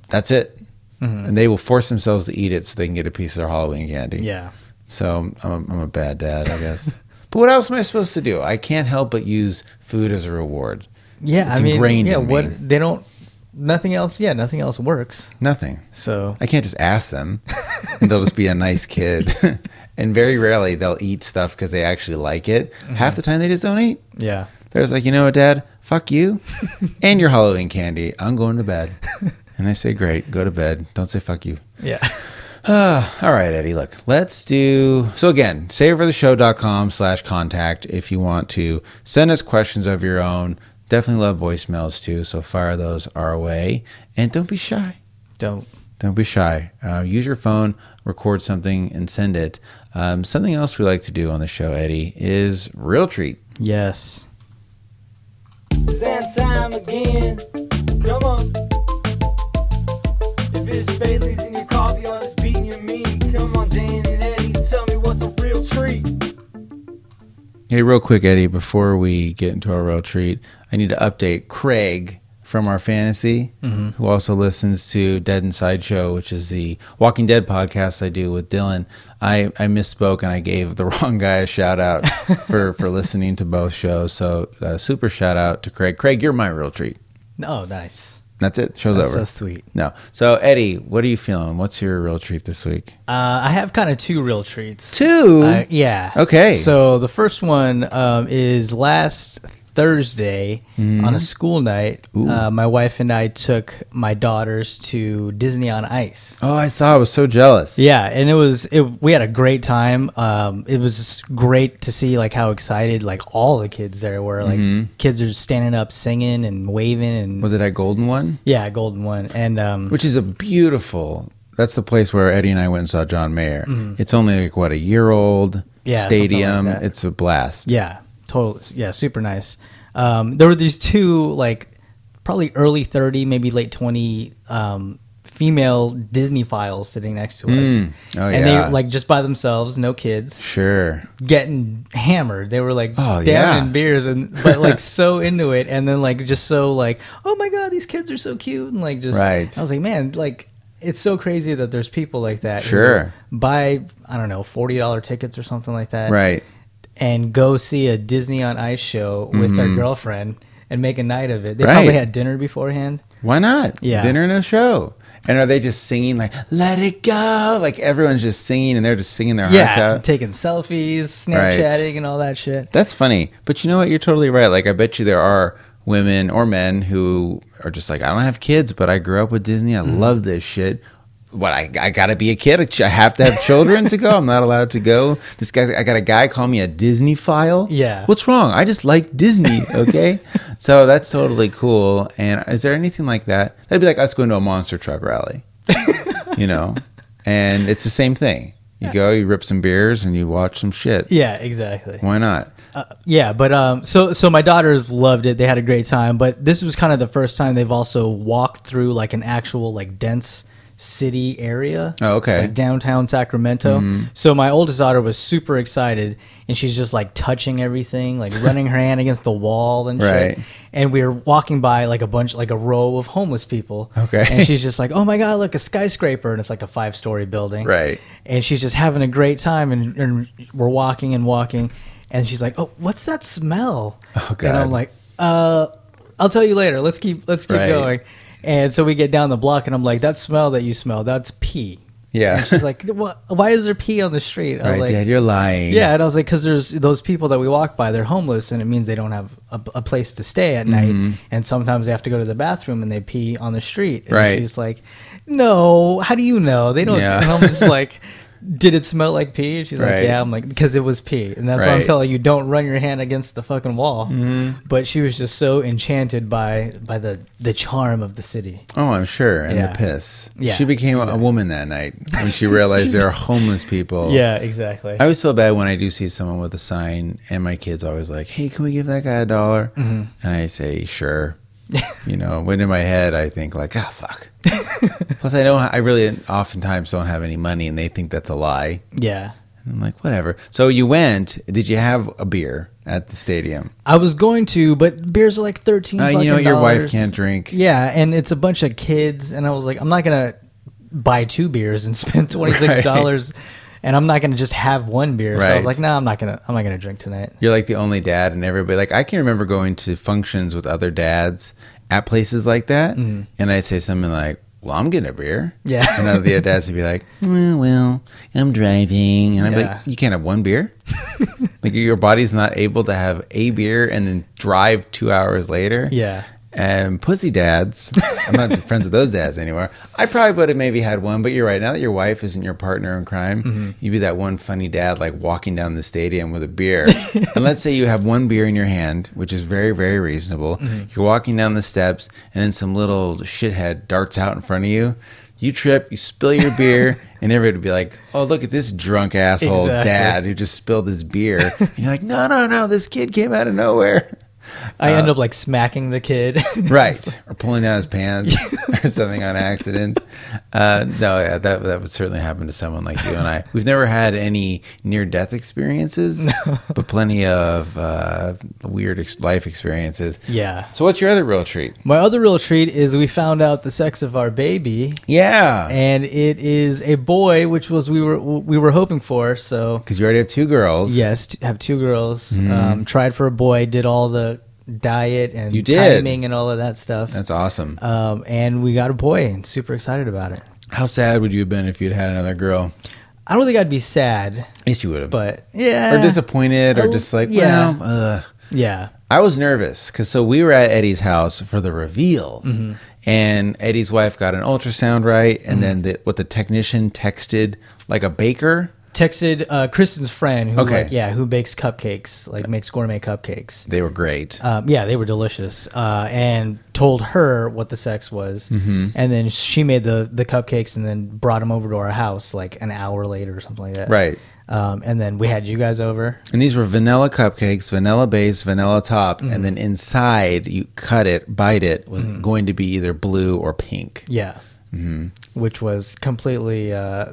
S1: That's it.
S2: Mm-hmm.
S1: And they will force themselves to eat it so they can get a piece of their Halloween candy.
S2: Yeah.
S1: So I'm a, I'm a bad dad, I guess. but what else am I supposed to do? I can't help but use food as a reward.
S2: Yeah.
S1: It's
S2: I mean,
S1: ingrained
S2: yeah.
S1: in
S2: what
S1: me.
S2: they don't. Nothing else. Yeah. Nothing else works.
S1: Nothing.
S2: So
S1: I can't just ask them, and they'll just be a nice kid. and very rarely they'll eat stuff because they actually like it. Half the time they just don't eat.
S2: yeah.
S1: They're just like, you know what, Dad? Fuck you and your Halloween candy. I'm going to bed. and I say, great, go to bed. Don't say fuck you.
S2: Yeah.
S1: Uh, all right, Eddie, look, let's do. So, again, savefortheshow.com slash contact if you want to send us questions of your own. Definitely love voicemails too, so fire those our way. And don't be shy.
S2: Don't.
S1: Don't be shy. Uh, use your phone, record something, and send it. Um, something else we like to do on the show, Eddie, is real treat.
S2: Yes.
S4: It's that time again. Come on. If it's Bailey's in your coffee or it's beating your meat, come on, Dan and Eddie, tell me what's the real treat.
S1: Hey, real quick, Eddie, before we get into our real treat, I need to update Craig from our fantasy,
S2: Mm-hmm.
S1: who also listens to Dead Inside Show, which is the Walking Dead podcast I do with Dylan. I, I misspoke and I gave the wrong guy a shout out for, for listening to both shows. So, uh, super shout out to Craig. Craig, you're my real treat.
S2: Oh, nice.
S1: That's it. Show's
S2: That's
S1: over.
S2: so sweet.
S1: No. So, Eddie, what are you feeling? What's your real treat this week?
S2: Uh, I have kind of two real treats.
S1: Two.
S2: Uh, yeah.
S1: Okay.
S2: So the first one um, is last Thursday
S1: Mm-hmm.
S2: on a school night. Uh, my wife and I took my daughters to Disney on Ice.
S1: oh, I saw. I was so jealous.
S2: Yeah, and it was it, we had a great time. Um, it was great to see like how excited like all the kids there were. Like
S1: Mm-hmm.
S2: kids are standing up, singing and waving, and
S1: Was it that golden one?
S2: yeah, Golden One. And um,
S1: which is a beautiful. That's the place where Eddie and I went and saw John Mayer. It's only like what a year old
S2: Mm-hmm. Yeah, something like
S1: stadium.
S2: that.
S1: it's a blast.
S2: yeah, Totally. Yeah, super nice. Um, there were these two, like, probably early 30, maybe late 20 um, female Disney files sitting next to us.
S1: Oh,
S2: and
S1: yeah.
S2: they, like, just by themselves, no kids,
S1: Sure.
S2: getting hammered. They were, like,
S1: Oh,
S2: down
S1: yeah.
S2: in beers, and but, like, so into it. And then, like, just so, like, oh my God, these kids are so cute. And, like, just,
S1: Right.
S2: I was like, man, like, it's so crazy that there's people like that. who
S1: Sure.
S2: Buy, I don't know, $40 tickets or something like that
S1: Right.
S2: and go see a Disney on Ice show with their girlfriend and make a night of it. They
S1: Mm-hmm. Right.
S2: probably had dinner beforehand.
S1: Why not?
S2: Yeah.
S1: Dinner and a show. And are they just singing like "Let It Go"? Like everyone's just singing, and they're just singing their hearts
S2: Yeah,
S1: out.
S2: taking selfies,
S1: Right.
S2: Snapchatting, and all that shit.
S1: That's funny. But you know what? You're totally right. Like, I bet you there are women or men who are just like, I don't have kids, but I grew up with Disney.
S2: Mm-hmm.
S1: I love this shit. What I, I gotta be a kid. I ch- I have to have children to go. I'm not allowed to go. This guy, I got a guy call me a Disney file.
S2: Yeah.
S1: What's wrong? I just like Disney. Okay. so that's totally cool. And is there anything like that? That'd be like us going to a monster truck rally, you know? And it's the same thing. You go, you rip some beers, and you watch some shit.
S2: Yeah, exactly.
S1: Why not?
S2: Uh, yeah, but um, so so my daughters loved it. They had a great time. But this was kind of the first time they've also walked through like an actual like dense city area.
S1: Oh, okay. Mm-hmm.
S2: Like downtown Sacramento. So my oldest daughter was super excited, and she's just like touching everything, like running her hand against the wall and
S1: Right.
S2: shit. And we were walking by like a bunch, like a row of homeless people.
S1: Okay.
S2: And she's just like, "Oh my god, look a skyscraper!" And it's like a five story building
S1: Right.
S2: and she's just having a great time and, and we're walking and walking and she's like oh what's that smell
S1: Oh,
S2: and
S1: God.
S2: i'm like uh i'll tell you later let's keep let's keep
S1: Right.
S2: going and so we get down the block and i'm like that smell that you smell that's pee
S1: Yeah.
S2: and she's like what, why is there pee on the street i
S1: All right,
S2: was like
S1: Dad, you're lying.
S2: yeah, and I was like, because there's those people that we walk by, they're homeless, and it means they don't have a, a place to stay at
S1: Mm-hmm.
S2: night, and sometimes they have to go to the bathroom and they pee on the street. And
S1: Right.
S2: She's like, no, how do you know? They don't.
S1: Yeah.
S2: And I'm just like, did it smell like pee? And she's
S1: Right.
S2: like, yeah. I'm like, because it was pee, and that's why I'm
S1: Right. Mm-hmm.
S2: telling you, don't run your hand against the fucking wall. But she was just so enchanted by by the the charm of the city.
S1: Oh, I'm sure. And
S2: Yeah.
S1: the piss.
S2: Yeah,
S1: She became a- a woman that night when she realized there are homeless people.
S2: Yeah, exactly.
S1: I always feel bad when I do see someone with a sign, and my kid's always like, "Hey, can we give that guy a dollar?"
S2: Mm-hmm.
S1: And I say, "Sure." you know, when in my head I think like, "Ah, fuck." Plus, I don't. I really oftentimes don't have any money, and they think that's a lie.
S2: yeah.
S1: And I'm like, whatever. So you went? Did you have a beer at the stadium?
S2: I was going to, but beers are like thirteen.
S1: Uh, you know,
S2: fucking
S1: your wife
S2: dollars.
S1: can't drink.
S2: Yeah, and it's a bunch of kids, and I was like, I'm not gonna buy two beers and spend twenty six dollars, and I'm not gonna just have one beer. So I
S1: Right.
S2: was like, no, I'm not gonna, I'm not gonna drink tonight.
S1: You're like the only dad, and everybody like I can remember going to functions with other dads at places like that, and I'd say something like, "Well, I'm getting a beer."
S2: Mm-hmm. Yeah.
S1: and other the other dads would be like, "Well, well, I'm driving," and I'm
S2: Yeah.
S1: like, "You can't have one beer. like your body's not able to have a beer and then drive two hours later."
S2: Yeah.
S1: And pussy dads, I'm not friends with those dads anymore. I probably would have maybe had one, but you're right. Now that your wife isn't your partner in crime, you'd be that one funny dad like walking down the stadium with a beer. and let's say you have one beer in your hand, which is very, very reasonable. You're walking down the steps, and then some little shithead darts out in front of you. You trip, you spill your beer, and everybody would be like, oh, look at this drunk asshole
S2: Exactly.
S1: dad who just spilled his beer. and you're like, no, no, no, this kid came out of nowhere.
S2: I end up like smacking the kid.
S1: Uh, Right. Or pulling down his pants or something on accident. Uh, no, yeah, that, that would certainly happen to someone like you and I. We've never had any near death experiences, but plenty of uh, weird ex- life experiences.
S2: yeah.
S1: So, what's your other real treat?
S2: My other real treat is we found out the sex of our baby,
S1: Yeah.
S2: and it is a boy, which was we were we were hoping for. So
S1: Because you already have two girls.
S2: Yes, t- have two girls.
S1: Mm-hmm.
S2: Um, tried for a boy, did all the diet and
S1: You did.
S2: timing and all of that stuff.
S1: That's awesome.
S2: Um, and we got a boy and super excited about it.
S1: How sad would you have been if you'd had another girl?
S2: I don't think I'd be sad,
S1: Yes, you would have.
S2: but yeah.
S1: or disappointed, or
S2: Oh,
S1: just like,
S2: yeah.
S1: well, ugh.
S2: Yeah.
S1: I was nervous because so we were at Eddie's house for the reveal, and Eddie's wife got an ultrasound right, and then the, what the technician texted like a baker
S2: Texted uh, Kristen's friend, who
S1: Okay.
S2: like, yeah, who bakes cupcakes, like makes gourmet cupcakes.
S1: They were great.
S2: Um, yeah, they were delicious. Uh, and told her what the sex was,
S1: Mm-hmm.
S2: and then she made the the cupcakes and then brought them over to our house like an hour later or something like that.
S1: Right.
S2: Um, and then we had you guys over.
S1: And these were vanilla cupcakes, vanilla base, vanilla top, and then inside you cut it, bite it was going to be either blue or pink.
S2: Yeah.
S1: Mm-hmm.
S2: Which was completely uh,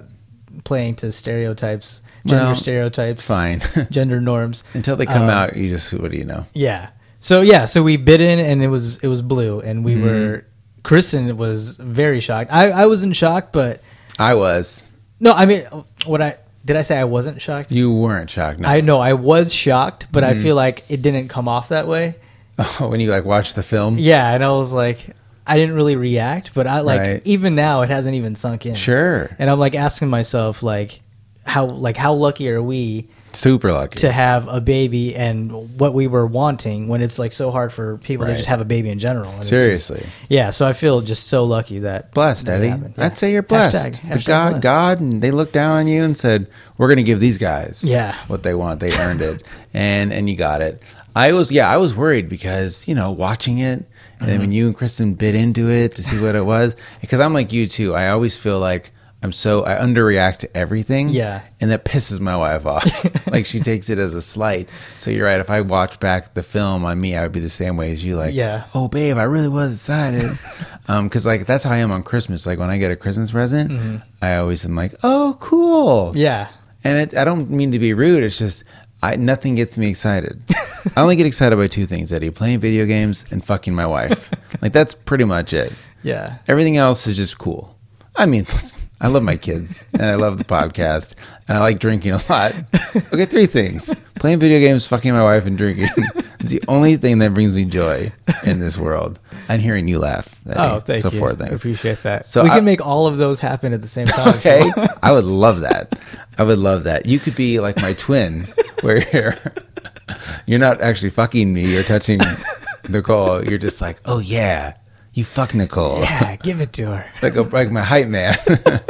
S2: playing to stereotypes, gender
S1: Well,
S2: stereotypes,
S1: Fine.
S2: gender norms.
S1: Until they come
S2: Um,
S1: out, you just what do you know?
S2: Yeah. So yeah, so we bit in and it was it was blue and
S1: Mm-hmm.
S2: we were Kristen was very shocked. I, I was in shock, but
S1: I was.
S2: no, I mean what I did I say I wasn't shocked?
S1: You weren't shocked. No.
S2: I know I was shocked, but
S1: Mm-hmm.
S2: I feel like it didn't come off that way.
S1: when you like watch the film.
S2: Yeah, and I was like I didn't really react, but I like
S1: Right.
S2: even now it hasn't even sunk in.
S1: Sure.
S2: and I'm like asking myself like how like how lucky are we
S1: Super lucky.
S2: to have a baby and what we were wanting when it's like so hard for people to
S1: Right.
S2: just have a baby in general. And it's just-
S1: Seriously.
S2: yeah. So I feel just so lucky that
S1: blessed,
S2: that
S1: Eddie.
S2: happened. Yeah.
S1: I'd say you're blessed.
S2: Hashtag-
S1: the
S2: hashtag
S1: God,
S2: blessed.
S1: God, and they looked down on you and said, "We're going to give these guys,
S2: Yeah.
S1: what they want. They earned it, and and you got it." I was, yeah, I was worried because you know watching it, and
S2: Mm-hmm.
S1: then when you and Kristen bit into it to see what it was, because I'm like you too. I always feel like I'm so I underreact to everything,
S2: Yeah.
S1: and that pisses my wife off. like she takes it as a slight. So you're right. If I watch back the film on me, I would be the same way as you. Like,
S2: Yeah.
S1: oh babe, I really was excited. um, cause like that's how I am on Christmas. Like when I get a Christmas present, I always am like, oh cool.
S2: Yeah.
S1: And it, I don't mean to be rude. It's just I nothing gets me excited. I only get excited by two things, Eddie: playing video games and fucking my wife. like that's pretty much it.
S2: Yeah.
S1: Everything else is just cool. I mean, listen, I love my kids and I love the podcast and I like drinking a lot. Okay, three things playing video games, fucking my wife, and drinking. It's the only thing that brings me joy in this world. And hearing you laugh. Eddie.
S2: Oh, thank
S1: so
S2: you.
S1: four
S2: I
S1: things.
S2: appreciate that.
S1: So
S2: So we
S1: I-
S2: can make all of those happen at the same time.
S1: Okay. I would love that. I would love that. You could be like my twin, where you're, you're not actually fucking me, you're touching Nicole. You're just like, oh, yeah, you fuck Nicole.
S2: Yeah. Give it to her.
S1: like a, like my hype man,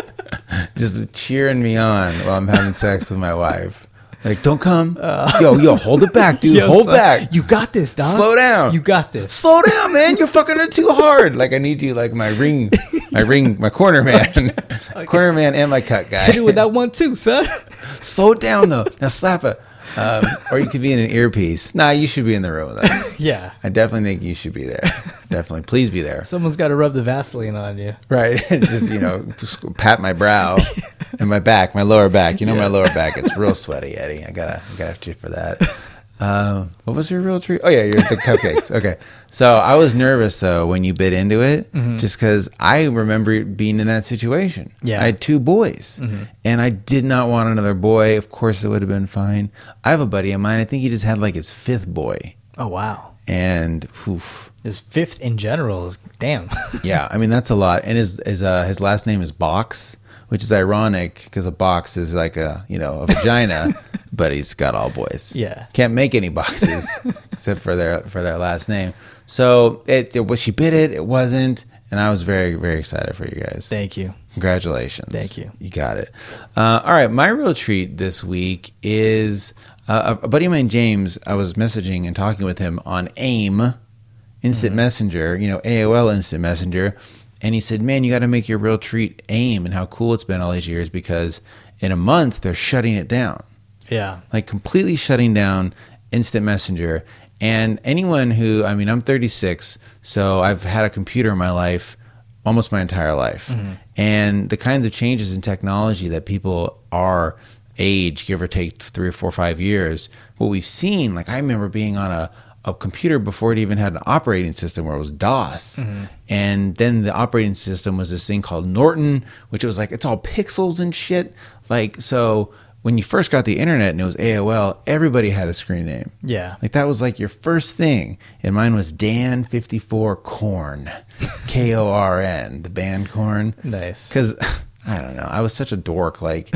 S1: just cheering me on while I'm having sex with my wife. Like, don't come, yo, yo, hold it back, dude,
S2: Uh, Yo,
S1: hold
S2: son,
S1: back.
S2: You got this, dog.
S1: Slow down.
S2: You got this.
S1: Slow down, man. You're fucking her too hard. Like, I need you, like my ring, my ring, my corner man, corner man, and my cut guy.
S2: Hit it with that one too, son.
S1: Slow down though. Now slap it. Um, or you could be in an earpiece. Nah, you should be in the room with us.
S2: yeah.
S1: I definitely think you should be there. Definitely, please be there.
S2: Someone's got to rub the Vaseline on you.
S1: Right. just, you know, just pat my brow and my back, my lower back. You know, my lower back. It's real sweaty, Eddie. I gotta, I gotta have you for that. Um, what was your real treat? Oh, yeah, you're the cupcakes. Okay. So I was nervous, though, when you bit into it, just because I remember being in that situation.
S2: Yeah.
S1: I had two boys and I did not want another boy. Of course, it would have been fine. I have a buddy of mine. I think he just had like his fifth boy.
S2: Oh wow.
S1: And, oof.
S2: His fifth in general is damn.
S1: Yeah, I mean that's a lot. And his his uh, his last name is Box, which is ironic because a box is like a you know a vagina, but he's got all boys.
S2: Yeah.
S1: can't make any boxes except for their for their last name. So it, it was she bit it. It wasn't, and I was very very excited for you guys.
S2: Thank you.
S1: Congratulations.
S2: Thank you.
S1: You got it. Uh, all right. My real treat this week is uh, a a buddy of mine, James. I was messaging and talking with him on AIM, Instant
S2: Mm-hmm.
S1: Messenger, you know, AOL Instant Messenger. And he said, Man, you got to make your real treat AIM and how cool it's been all these years because in a month they're shutting it down
S2: Yeah.
S1: like completely shutting down instant messenger and anyone who i mean i'm 36 so i've had a computer in my life almost my entire life and the kinds of changes in technology that people are age give or take three or four or five years what we've seen like i remember being on a a computer before it even had an operating system where it was DOS. And then the operating system was this thing called Norton, which was like, it's all pixels and shit. Like, so when you first got the internet and it was AOL, everybody had a screen name.
S2: Yeah.
S1: Like, that was like your first thing. And mine was Dan54 Corn, K O R N, the band Corn.
S2: Nice.
S1: Because I don't know, I was such a dork. Like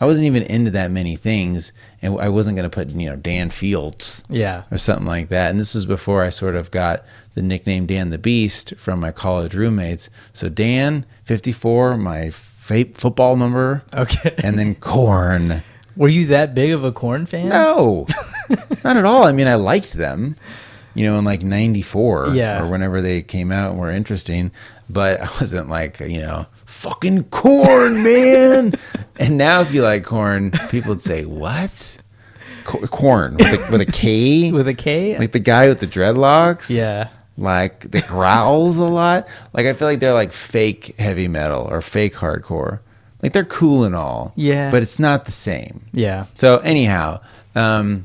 S1: I wasn't even into that many things, and I wasn't going to put you know Dan Fields,
S2: Yeah.
S1: or something like that. And this was before I sort of got the nickname Dan the Beast from my college roommates. So Dan fifty four, my fa- football number,
S2: Okay.
S1: and then Corn.
S2: Were you that big of a corn fan?
S1: No, not at all. I mean, I liked them, you know, in like '94
S2: Yeah.
S1: or whenever they came out and were interesting, but I wasn't like, you know, fucking corn, man. and now, if you like corn, people would say, what? Co- corn with a, with a K?
S2: With a K?
S1: like the guy with the dreadlocks?
S2: Yeah.
S1: Like that growls a lot. Like I feel like they're like fake heavy metal or fake hardcore. Like they're cool and all.
S2: Yeah.
S1: But it's not the same.
S2: yeah.
S1: So anyhow, um,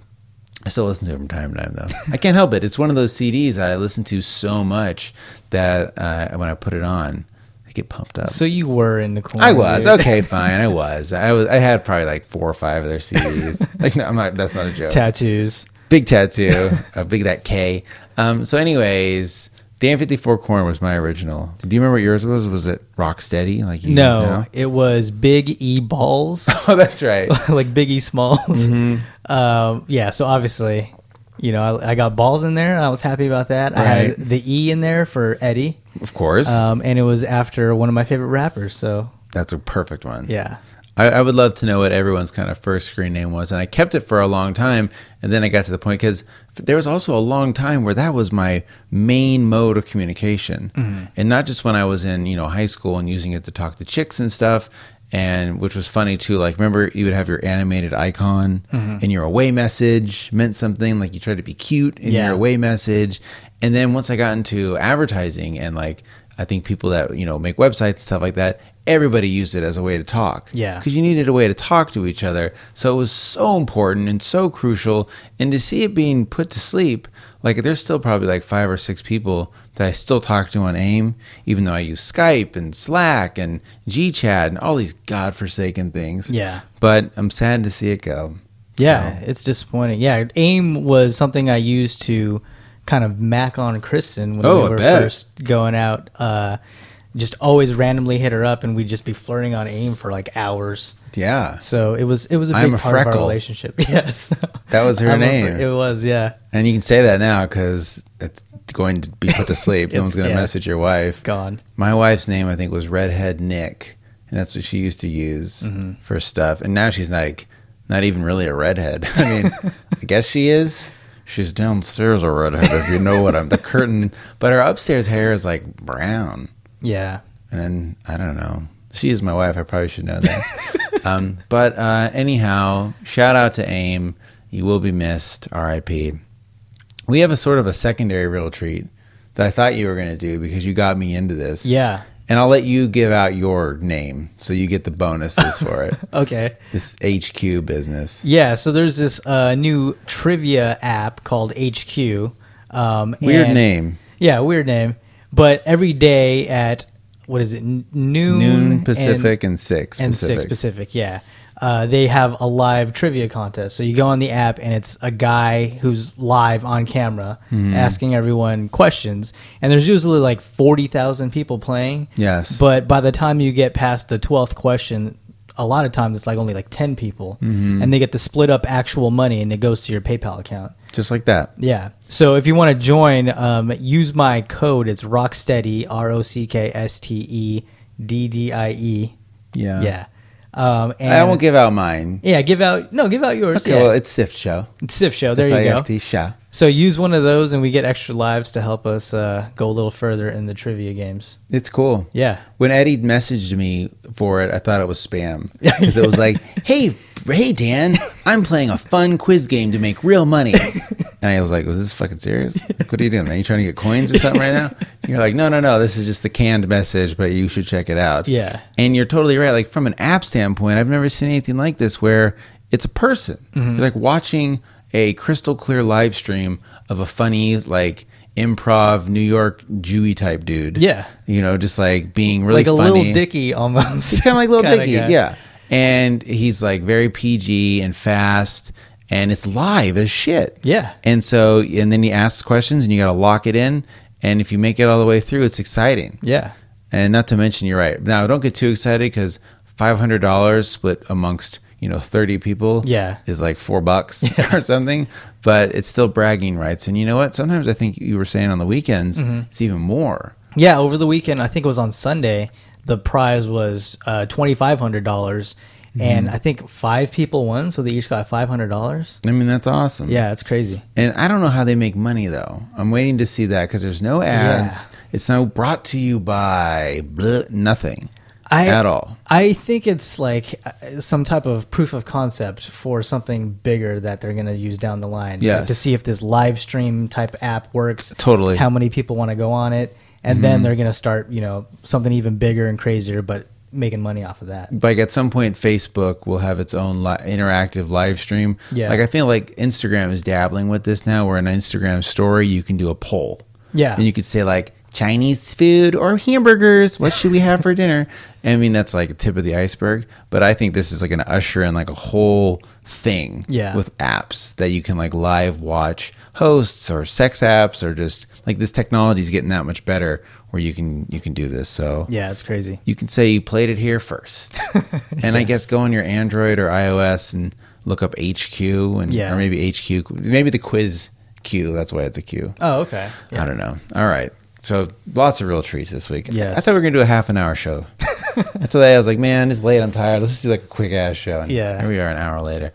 S1: I still listen to it from time to time though. I can't help it. It's one of those CDs that I listen to so much that uh, when I put it on, I get pumped up.
S2: So you were into corn.
S1: I was
S2: dude.
S1: okay, fine. I was. I was. I had probably like four or five of their CDs. like, no, I'm not. That's not a joke.
S2: Tattoos.
S1: big tattoo, a big that K. Um, so, anyways, Dan 54 Corn was my original. Do you remember what yours was? Was it Rocksteady? Like you use
S2: No,
S1: now?
S2: it was Big E balls,
S1: Oh, that's right.
S2: like Big E smalls.
S1: Mm-hmm.
S2: Um, yeah, so obviously, you know, I, I got balls in there, and I was happy about that. I had
S1: Right.
S2: the E in there for Eddie,
S1: Of course,
S2: um, and it was after one of my favorite rappers. So
S1: that's a perfect one.
S2: yeah,
S1: I, I would love to know what everyone's kind of first screen name was, and I kept it for a long time, and then I got to the point because there was also a long time where that was my main mode of communication, and not just when I was in you know high school and using it to talk to chicks and stuff, and which was funny too. Like remember you would have your animated icon, and your away message meant something. Like you tried to be cute in
S2: Yeah.
S1: your away message, and then once I got into advertising and like. I think people that you know make websites stuff like that, everybody used it as a way to talk.
S2: Yeah.
S1: Because you needed a way to talk to each other. So it was so important and so crucial. And to see it being put to sleep, like there's still probably like five or six people that I still talk to on AIM, even though I use Skype and Slack and GChat and all these godforsaken things.
S2: Yeah.
S1: But I'm sad to see it go.
S2: yeah, it's disappointing. Yeah, AIM was something I used to kind of mac on Kristen when
S1: Oh, I
S2: we were
S1: bet.
S2: first going out. Uh, just always randomly hit her up, and we'd just be flirting on AIM for like hours.
S1: Yeah.
S2: So it was it was a big
S1: I'm a
S2: part of
S1: freckle.
S2: our relationship. Yes,
S1: That was her
S2: I'm a fre-
S1: name.
S2: it was yeah.
S1: And you can say that now because it's going to be put to sleep. no
S2: It's-
S1: one's going to
S2: yeah.
S1: message your wife.
S2: Gone.
S1: My wife's name, I think, was Redhead Nick, and that's what she used to use for stuff. And now she's like, not even really a redhead. I mean, I guess she is. She's downstairs a redhead, if you know what I'm. The curtain, but her upstairs hair is like brown,
S2: Yeah.
S1: and I don't know. She is my wife. I probably should know that. um, but uh, anyhow, shout out to AIM. You will be missed. R.I.P. We have a sort of a secondary real treat that I thought you were going to do because you got me into this.
S2: Yeah.
S1: And I'll let you give out your name so you get the bonuses for it.
S2: Okay.
S1: This HQ business.
S2: Yeah. So there's this uh, new trivia app called HQ. Um,
S1: Weird
S2: and-
S1: name.
S2: Yeah, weird name. But every day at what is it n- noon
S1: Noon
S2: and-
S1: Pacific and, six
S2: and
S1: Pacific.
S2: six Pacific. Yeah, uh, they have a live trivia contest. So you go on the app, and it's a guy who's live on camera asking everyone questions. And there's usually like forty thousand people playing.
S1: Yes.
S2: But by the time you get past the twelfth question. A lot of times it's like only like 10 people, and they get to split up actual money and it goes to your PayPal account.
S1: Just like that.
S2: Yeah. So if you want to join, um, use my code. It's Rocksteady, R O C K S T E D D I E.
S1: Yeah.
S2: Yeah. Um, and
S1: I won't give out mine.
S2: Yeah, give out. No, give out yours.
S1: Okay,
S2: yeah.
S1: well, it's Sift Show.
S2: Sif Show. There you go.
S1: S-I-F-T Show.
S2: So use one of those, and we get extra lives to help us uh, go a little further in the trivia games.
S1: It's cool.
S2: Yeah.
S1: When Eddie messaged me for it, I thought it was spam because it was like, "Hey, hey, Dan, I'm playing a fun quiz game to make real money." And I was like, "Was this fucking serious? Like, what are you doing? man? you trying to get coins or something right now?" And you're like, "No, no, no. This is just the canned message, but you should check it out."
S2: Yeah.
S1: And you're totally right. Like from an app standpoint, I've never seen anything like this where it's a person.
S2: Mm-hmm.
S1: You're like watching a crystal clear live stream of a funny like improv New York Jewy type dude.
S2: Yeah.
S1: You know, just like being really
S2: like a
S1: funny.
S2: little dicky almost.
S1: He's kind of like little
S2: Kinda
S1: Dicky,
S2: guy.
S1: yeah. And he's like very PG and fast, and it's live as shit.
S2: Yeah.
S1: And so, and then he asks questions, and you got to lock it in. And if you make it all the way through, it's exciting.
S2: Yeah.
S1: And not to mention, you're right. Now, don't get too excited because five hundred dollars split amongst you know thirty people,
S2: Yeah.
S1: is like four bucks or something. But it's still bragging rights. And you know what? Sometimes I think you were saying on the weekends,
S2: Mm-hmm.
S1: it's even more.
S2: Yeah, over the weekend, I think it was on Sunday, the prize was uh, $2,500.
S1: Mm-hmm.
S2: and I think five people won, so they each got five hundred dollars.
S1: I mean, that's awesome.
S2: Yeah, it's crazy.
S1: And I don't know how they make money though. I'm waiting to see that because there's no ads. It's now brought to you by blah, nothing
S2: I,
S1: at all.
S2: I think it's like uh, some type of proof of concept for something bigger that they're going to use down the line. Like,
S1: Yes.
S2: to see if this live stream type app works.
S1: Totally. Mm-hmm.
S2: How many people want to go on it. And then they're going to start, you know, something even bigger and crazier, but making money off of that.
S1: Like at some point, Facebook will have its own li- interactive live stream.
S2: Yeah.
S1: Like I feel like Instagram is dabbling with this now, where an Instagram story you can do a poll.
S2: Yeah.
S1: And you could say like Chinese food or hamburgers. What should we have for dinner? I mean, that's like a tip of the iceberg. But I think this is like going to usher in like a whole thing.
S2: Yeah.
S1: With apps that you can like live watch hosts or sex apps or just like this technology is getting that much better where you can you can do this. So
S2: Yeah, it's crazy.
S1: you can say you played it here first. and I guess go on your Android or iOS and look up HQ and
S2: Yeah.
S1: or maybe HQ maybe the quiz Q, that's why it's a Q.
S2: Oh, okay.
S1: I don't know. All right. So lots of real treats this week.
S2: Yes.
S1: I thought we were gonna do a half an hour show. and today I was like, man, it's late. I'm tired. Let's do like a quick ass show. And
S2: Yeah.
S1: Here we are, an hour later.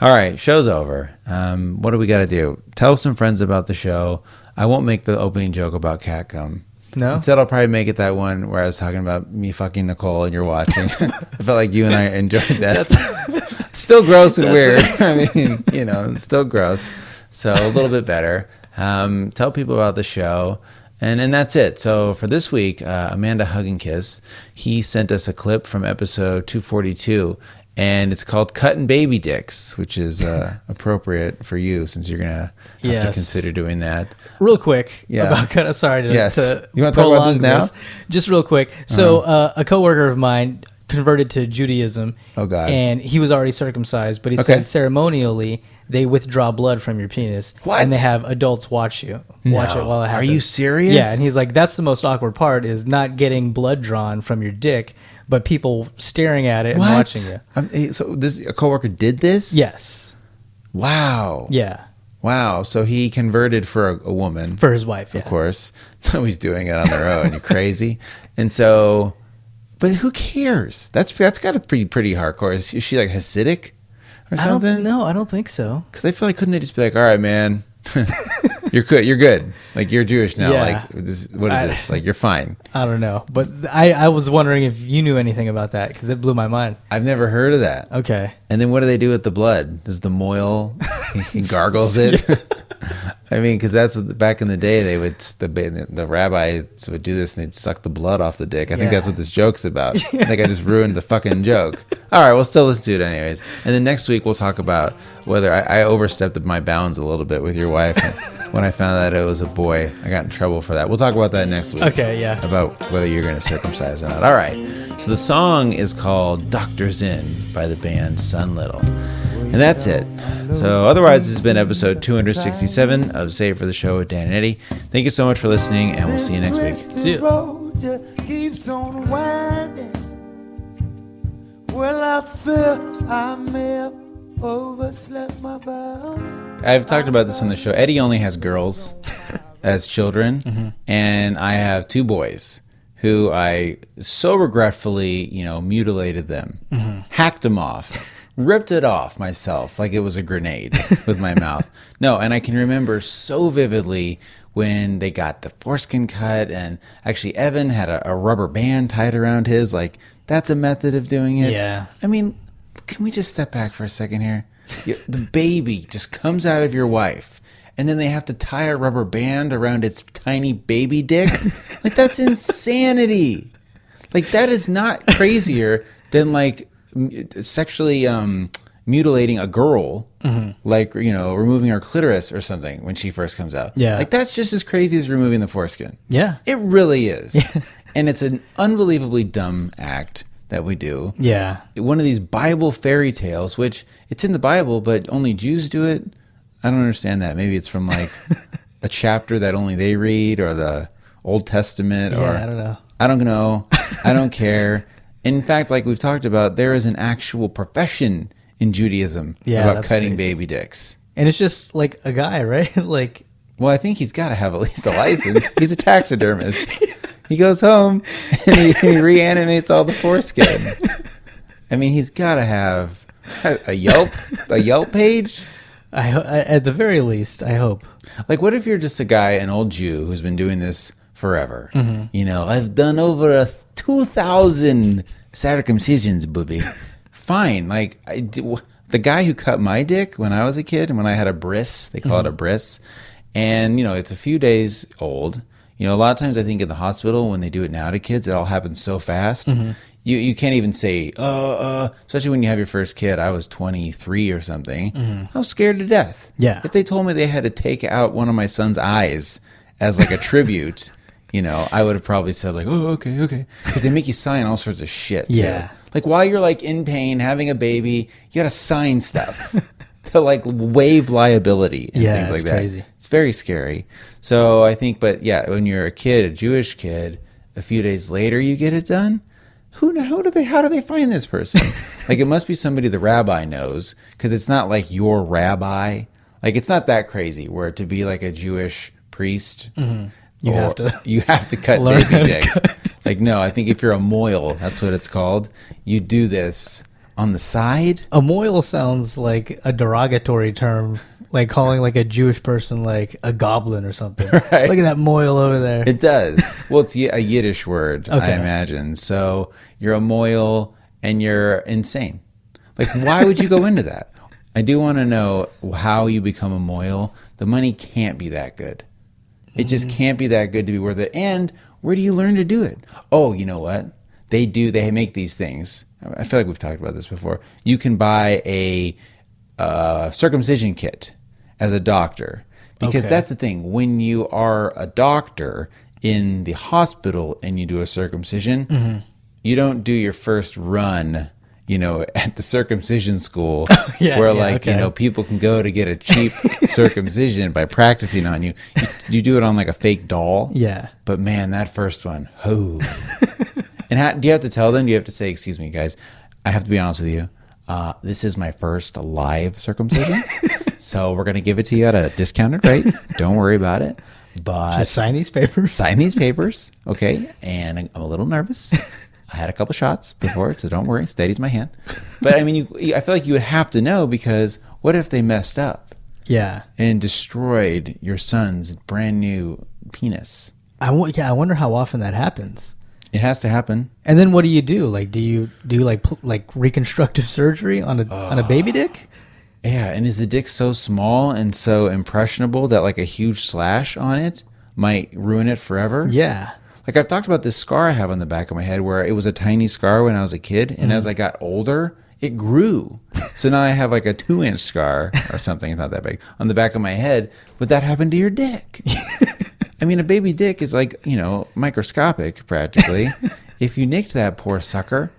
S1: All right, show's over. Um, what do we got to do? Tell some friends about the show. I won't make the opening joke about cat gum.
S2: No?
S1: Instead, I'll probably make it that one where I was talking about me fucking Nicole and you're watching. I felt like you and I enjoyed that. still gross and weird. I mean, you know, it's still gross. So a little bit better. Um, tell people about the show. And, and that's it. So for this week, uh, Amanda Hug and Kiss, he sent us a clip from episode 242, and it's called Cutting Baby Dicks, which is uh, appropriate for you since you're going to have to
S2: Yes.
S1: consider doing that.
S2: real quick
S1: Yeah.
S2: about kind of sorry to,
S1: Yes.
S2: to
S1: You wanna talk about
S2: prolong
S1: this now? Uh-huh.
S2: Just real quick. So uh, a coworker of mine converted to Judaism.
S1: Oh, God.
S2: And he was already circumcised, but he
S1: Okay.
S2: said ceremonially they withdraw blood from your penis
S1: What?
S2: and they have adults watch you watch
S1: No.
S2: it while it
S1: Are
S2: happens.
S1: you serious?
S2: Yeah, and he's like, that's the most awkward part is not getting blood drawn from your dick, but people staring at it and watching you.
S1: Um, eh, so this a coworker did this?
S2: Yes.
S1: Wow.
S2: Yeah.
S1: Wow. So he converted for a, a woman.
S2: For his wife. Yeah.
S1: of course. Nobody's doing it on their own. You crazy? And so, but who cares? That's that's got to be pretty hardcore. Is she- is she like Hasidic or
S2: I don't,
S1: something?
S2: no, I don't think so.
S1: Because I feel like couldn't they just be like, all right, man, you're good, you're good. Like you're Jewish now.
S2: Yeah.
S1: Like this, what is
S2: I-
S1: this? Like you're fine.
S2: I don't know, but th- I, I was wondering if you knew anything about that because it blew my mind.
S1: I've never heard of that.
S2: Okay,
S1: And then what do they do with the blood? Does the moil he gargles it? I mean, because that's what back in the day they would the ba- the rabbis would do this and they'd suck the blood off the dick. I think that's
S2: Yeah.
S1: what this joke's about. I think I just ruined the fucking joke. All right, we'll still listen to it anyways. And then next week we'll talk about whether I, I overstepped my bounds a little bit with your wife when I found out it was a boy. I got in trouble for that. We'll talk about that next week
S2: okay, yeah.
S1: about whether you're going to circumcise or not. All right. So the song is called Doctor's In by the band Sun Little. And that's it. So otherwise, this has been episode 267 of Save for the Show with Dan and Eddie. Thank you so much for listening, and we'll see you next week.
S2: See ya.
S5: road just keeps on winding. Well, I feel I may have overslept my bounds.
S1: I've talked about this on the show. Eddie only has girls as children, and I have two boys who I so regretfully, you know, mutilated them, hacked them off, ripped it off myself like it was a grenade with my mouth. No, and I can remember so vividly when they got the foreskin cut, and actually Evan had a, a rubber band tied around his. Like that's a method of doing it.
S2: Yeah.
S1: I mean, can we just step back for a second here? You- The baby just comes out of your wife, and then they have to tie a rubber band around its tiny baby dick. Like that's insanity. Like that is not crazier than like m- sexually um, mutilating a girl,
S2: Mm-hmm.
S1: like you know, removing her clitoris or something when she first comes out.
S2: Yeah.
S1: like that's just as crazy as removing the foreskin.
S2: Yeah.
S1: It really is. and it's an unbelievably dumb act that we do.
S2: Yeah.
S1: One of these Bible fairy tales, which it's in the Bible, but only Jews do it. I don't understand that. Maybe it's from like a chapter that only they read or the Old Testament or
S2: I don't know.
S1: I don't know. I don't care. In fact, like we've talked about, there is an actual profession in Judaism
S2: Yeah,
S1: about
S2: that's
S1: cutting
S2: crazy.
S1: baby dicks.
S2: And it's just like a guy, right? like,
S1: Well, I think he's got to have at least a license. he's a taxidermist. He goes home and he, he reanimates all the foreskin. I mean, he's got to have a, a Yelp a Yelp page.
S2: I, ho- I at the very least, I hope.
S1: Like, what if you're just a guy, an old Jew who's been doing this forever? You know, I've done over a two thousand circumcisions, booby. Fine, like I d- w- the guy who cut my dick when I was a kid, and when I had a bris, they call it a bris, and you know, it's a few days old. You know, a lot of times I think in the hospital when they do it now to kids, it all happens so fast. You, you can't even say, uh, uh, especially when you have your first kid. I was 23 or something. I was scared to death.
S2: Yeah.
S1: If they told me they had to take out one of my son's eyes as like a tribute, you know, I would have probably said like, "Oh, okay, okay," because they make you sign all sorts of shit. too.
S2: Yeah.
S1: Like while you're like in pain, having a baby, you gotta sign stuff to like waive liability and
S2: Yeah,
S1: things like
S2: it's
S1: that.
S2: crazy.
S1: It's very scary. So I think, but yeah, when you're a kid, a Jewish kid, a few days later you get it done. Who know? How do they? How do they find this person? like it must be somebody the rabbi knows because it's not like your rabbi. Like it's not that crazy where to be like a Jewish priest.
S2: Mm-hmm. You
S1: or-
S2: have to
S1: You have to cut
S2: learn how
S1: baby
S2: to
S1: dick. Like no, I think if you're a moil, that's what it's called. You do this on the side.
S2: A moil sounds like a derogatory term, like calling like a Jewish person like a goblin or something.
S1: Right.
S2: Look at that moil over there.
S1: It does. well, it's Ye- a Yiddish word, I
S2: Okay.
S1: imagine. So you're a moil and you're insane. Like, why would you go into that? I do want to know how you become a moil. The money can't be that good. It just can't be that good to be worth it. And where do you learn to do it? Oh, you know what? They do. They make these things. I feel like we've talked about this before. You can buy a uh, circumcision kit as a doctor because
S2: Okay.
S1: that's the thing. When you are a doctor in the hospital and you do a circumcision,
S2: Mm-hmm.
S1: you don't do your first run. You know, at the circumcision school,
S2: Yeah,
S1: where
S2: yeah,
S1: like you
S2: okay.
S1: know people can go to get a cheap circumcision by practicing on you. you. You do it on like a fake doll.
S2: Yeah.
S1: But man, that first one, oh, ho. and how, do you have to tell them? Do you have to say, excuse me, guys, I have to be honest with you. Uh, this is my first live circumcision. so we're going to give it to you at a discounted rate. Don't worry about it. But
S2: Just sign these papers.
S1: sign these papers, okay? And I'm a little nervous. I had a couple shots before, so don't worry. Steady's my hand. But I mean, you, I feel like you would have to know because what if they messed up
S2: Yeah.
S1: and destroyed your son's brand new penis?
S2: I w- yeah, I wonder how often that happens.
S1: It has to happen.
S2: And then what do you do? Like, do you do you like pl- like reconstructive surgery on a on a baby dick?
S1: Yeah, and is the dick so small and so impressionable that like a huge slash on it might ruin it forever?
S2: Yeah.
S1: Like I've talked about this scar I have on the back of my head where it was a tiny scar when I was a kid, and as I got older, it grew. so now I have like a two inch scar or something, it's not that big, on the back of my head. Would that happen to your dick? I mean, a baby dick is like, you know, microscopic practically. if you nicked that poor sucker,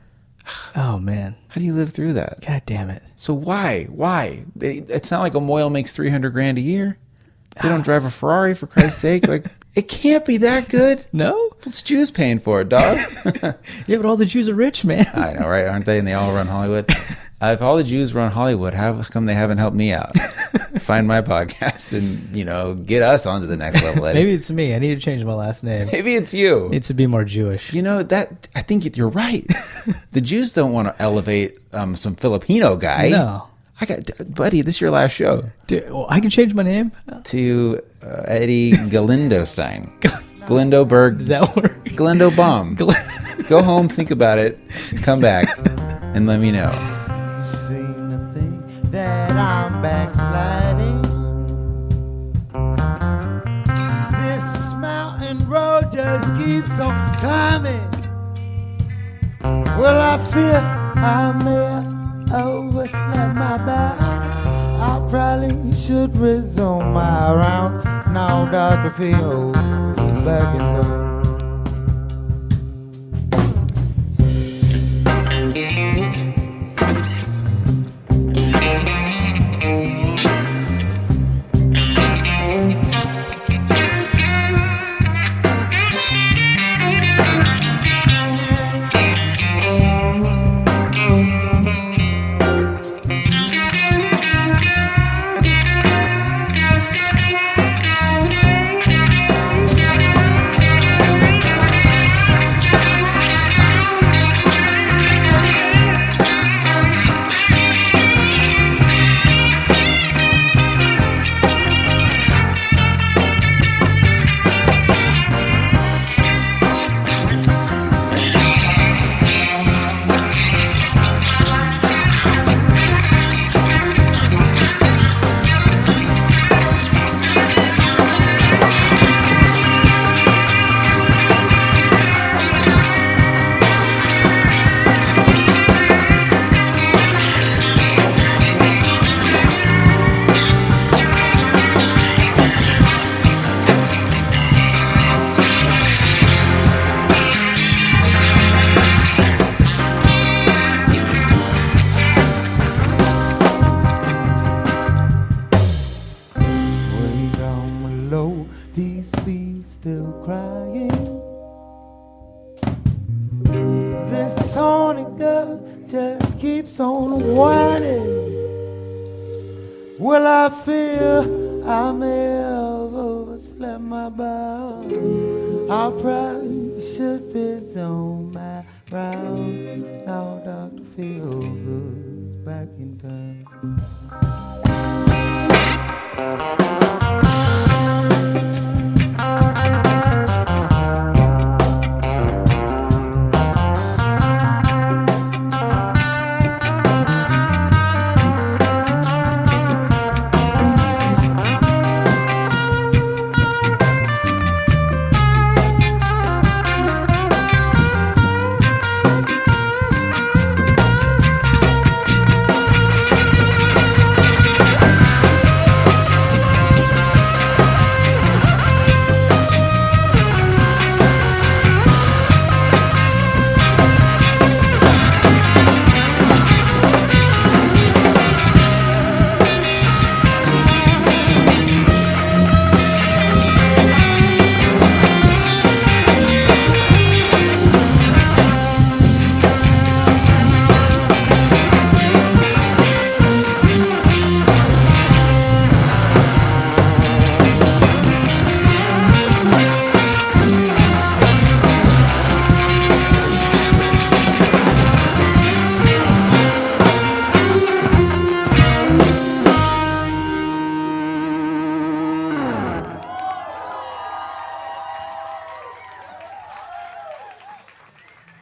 S2: Oh man.
S1: how do you live through that?
S2: God damn it.
S1: So why? Why? They, it's not like a Moyle makes 300 grand a year. They don't drive a Ferrari for Christ's sake. Like, it can't be that good.
S2: No.
S1: It's Jews paying for it, dog.
S2: Yeah, but all the Jews are rich, man.
S1: I know, right? Aren't they? And they all run Hollywood. Uh, if all the Jews run Hollywood, how come they haven't helped me out? Find my podcast and you know get us onto the next level. Eddie.
S2: Maybe it's me. I need to change my last name.
S1: maybe it's you.
S2: needs to be more Jewish.
S1: you know that I think you're right. the Jews don't want to elevate um, some Filipino guy.
S2: No.
S1: I got buddy. This is your last show
S2: Dude, well, I can change my name.
S1: to uh, Eddie Galindo Stein, Galindo Berg,
S2: Does that work?
S1: Galindo Bomb. Go home, think about it, come back, and let me know.
S5: seem to think that I'm backsliding. This mountain road just keeps on climbing. Well, I fear I may have overslept my bound. I probably should resume my rounds. Now, Dr. Phil, back in town.
S6: Thank
S5: crying. This horny girl just keeps on whining. Will I feel I may have overslept my bounds? I probably should be on my rounds. Now Dr. Feelgood's back in town.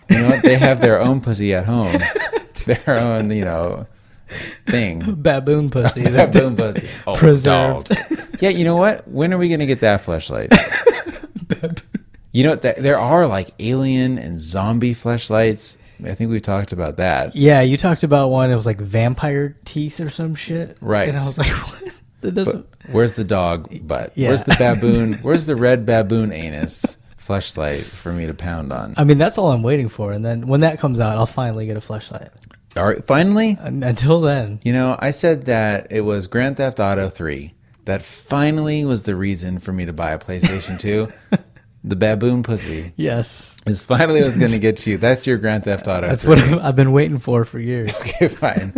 S1: You know what? They have their own pussy at home. Their own, you know, thing.
S2: Baboon pussy. that
S1: Baboon pussy. Oh,
S2: preserved.
S1: Yeah, you know what? When are we going to get that flashlight? you know, th- there are like alien and zombie flashlights. I think we talked about that.
S2: yeah, you talked about one. It was like vampire teeth or some shit.
S1: Right.
S2: And I was like, what? That doesn't.
S1: But where's the dog butt?
S2: Yeah.
S1: Where's the baboon? Where's the red baboon anus flashlight for me to pound on?
S2: I mean, that's all I'm waiting for. And then when that comes out, I'll finally get a flashlight.
S1: All right, finally,
S2: And until then,
S1: you know, I said that it was Grand Theft Auto 3 that finally was the reason for me to buy a PlayStation 2. The baboon pussy
S2: yes,
S1: is finally what's going to get you. That's your Grand Theft Auto.
S2: that's
S1: 3.
S2: what I've, I've been waiting for for years.
S1: Okay, fine.